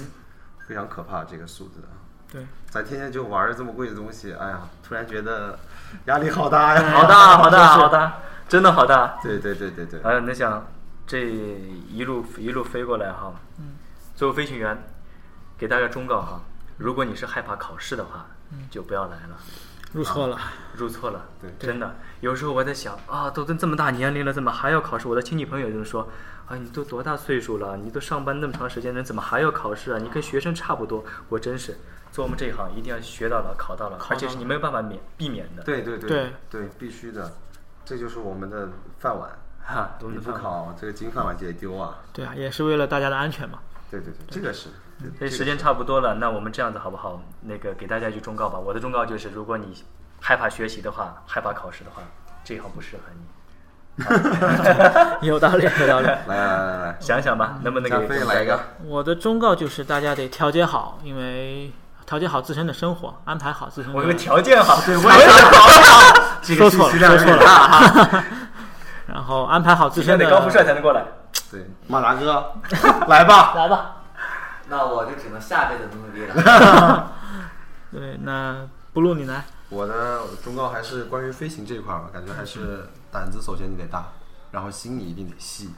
Speaker 2: 非常可怕这个数字。啊
Speaker 3: 对，
Speaker 2: 咱天天就玩儿这么贵的东西，哎呀，突然觉得压力好大哎呀！
Speaker 1: 好大，好大，好大，真的好大。
Speaker 2: 对对对对对，
Speaker 1: 还有你想，这一路一路飞过来哈，作为飞行员，给大家忠告哈，如果你是害怕考试的话，就不要来了。
Speaker 3: 入错了。
Speaker 1: 入错了，
Speaker 2: 对
Speaker 1: 真的。有时候我在想啊，都都这么大年龄了，怎么还要考试？我的亲戚朋友就是说，啊，你都多大岁数了？你都上班那么长时间了，怎么还要考试啊？你跟学生差不多。我真是做我们这一行，一定要学到老，考到老，而且是你没有办法免避免的。
Speaker 2: 对对
Speaker 3: 对
Speaker 2: 对对，必须的，这就是我们的饭碗。
Speaker 1: 哈，我
Speaker 2: 你
Speaker 1: 们
Speaker 2: 不
Speaker 1: 的饭碗。
Speaker 2: 考，这个金饭碗就得丢啊！
Speaker 3: 对啊，也是为了大家的安全嘛。
Speaker 2: 对对对，这个是。
Speaker 1: 这时间差不多了，那我们这样子好不好？那个给大家一句忠告吧。我的忠告就是，如果你害怕学习的话，害怕考试的话，这一行不适合你。
Speaker 3: (laughs)
Speaker 2: (laughs)
Speaker 3: 有道理，有道理。
Speaker 2: 来来来来
Speaker 1: 想想吧，能不能
Speaker 2: 来，
Speaker 1: 给
Speaker 2: 加
Speaker 1: 我
Speaker 2: 菲
Speaker 1: 们
Speaker 2: 来一个。
Speaker 3: 我的忠告就是大家得调节好，因为调节好自身的生活，安排好自身的。
Speaker 1: 我有个条件哈，对，我
Speaker 2: 这
Speaker 3: 说错了，说错了。 (laughs) 然后安排好自身
Speaker 1: 得
Speaker 3: 的。
Speaker 1: 高富帅才能过来。
Speaker 2: 对，马达哥，来吧。
Speaker 3: 来吧。
Speaker 4: 那我就只能下辈子努努力了。
Speaker 3: 对，那不录你来。
Speaker 2: 我的忠告还是关于飞行这一块儿吧，感觉还是胆子首先你得大，然后心你一定得细，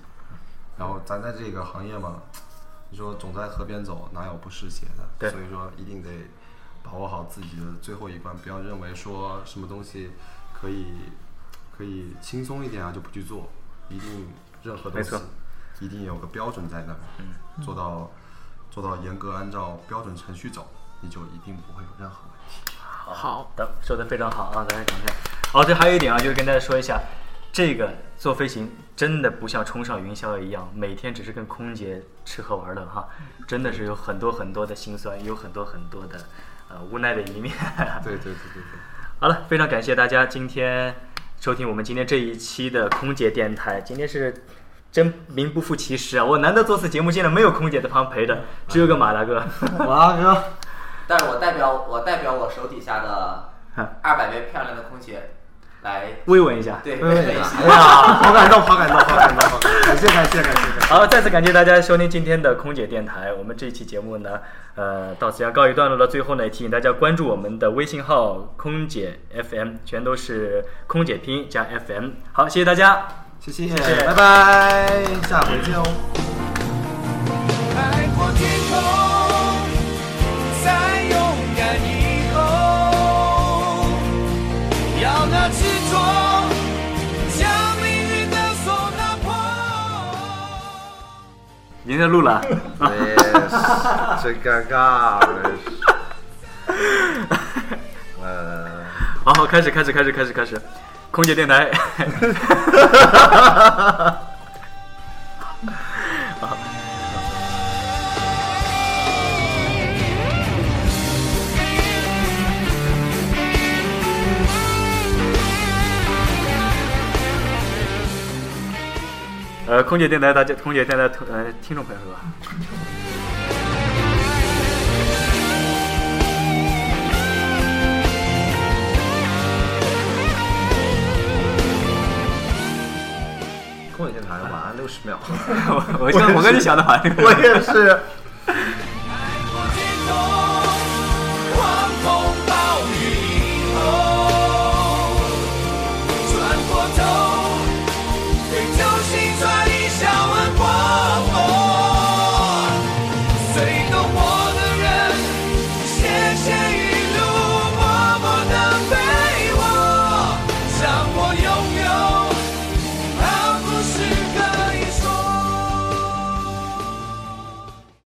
Speaker 2: 然后咱在这个行业嘛，你说总在河边走，哪有不湿鞋的？
Speaker 1: 对
Speaker 2: 所以说一定得把握好自己的最后一关，不要认为说什么东西可以可以轻松一点啊就不去做，一定任何东西
Speaker 1: 没错嗯
Speaker 2: 一定有个标准在那儿，做到做到严格按照标准程序走，你就一定不会有任何问题。
Speaker 3: 好，
Speaker 1: 的说的非常好啊，咱们讲一下。哦，对，还有一点啊，就是跟大家说一下，这个做飞行真的不像冲上云霄一样，每天只是跟空姐吃喝玩乐哈， (laughs) 真的是有很多很多的辛酸，有很多很多的呃无奈的一面。 (laughs)
Speaker 2: 对对对对对，
Speaker 1: 好了，非常感谢大家今天收听我们今天这一期的空姐电台。今天是真名不副其实啊，我难得做次节目，竟然没有空姐在旁陪着，只有个马大哥。 (laughs)
Speaker 2: 马大哥，
Speaker 4: 但是我代表我代表我手底下的二百位漂亮的空姐来
Speaker 1: 慰问一下。
Speaker 4: 对
Speaker 2: 哎
Speaker 4: 对
Speaker 2: 呀，哎呀，好感动，好感动，好感动，好感动，感谢感谢感谢感谢。
Speaker 1: 好，再次感谢大家收听今天的空姐电台。我们这一期节目呢，呃，到此要告一段落了。最后呢，也提醒大家关注我们的微信号“空姐 FM”，全都是空姐拼音加 FM。好，谢谢大家。
Speaker 2: 谢谢，
Speaker 1: 谢
Speaker 2: 拜拜，下回见哦。
Speaker 10: 海阔天空，再勇敢以后，要那执着将命运的锁打破。
Speaker 1: 您在录了。
Speaker 2: Yes，真尴尬。 (laughs) 呃，
Speaker 1: 好好，开始，开始，开始，开始，开始。空姐电台。 (laughs) 呃，空姐电台，大家空姐电台，呃，听众朋友是吧？
Speaker 2: 空姐电台晚安六十秒。
Speaker 1: (laughs) 我我跟我跟你想的好像
Speaker 2: 我也是。
Speaker 10: 天空，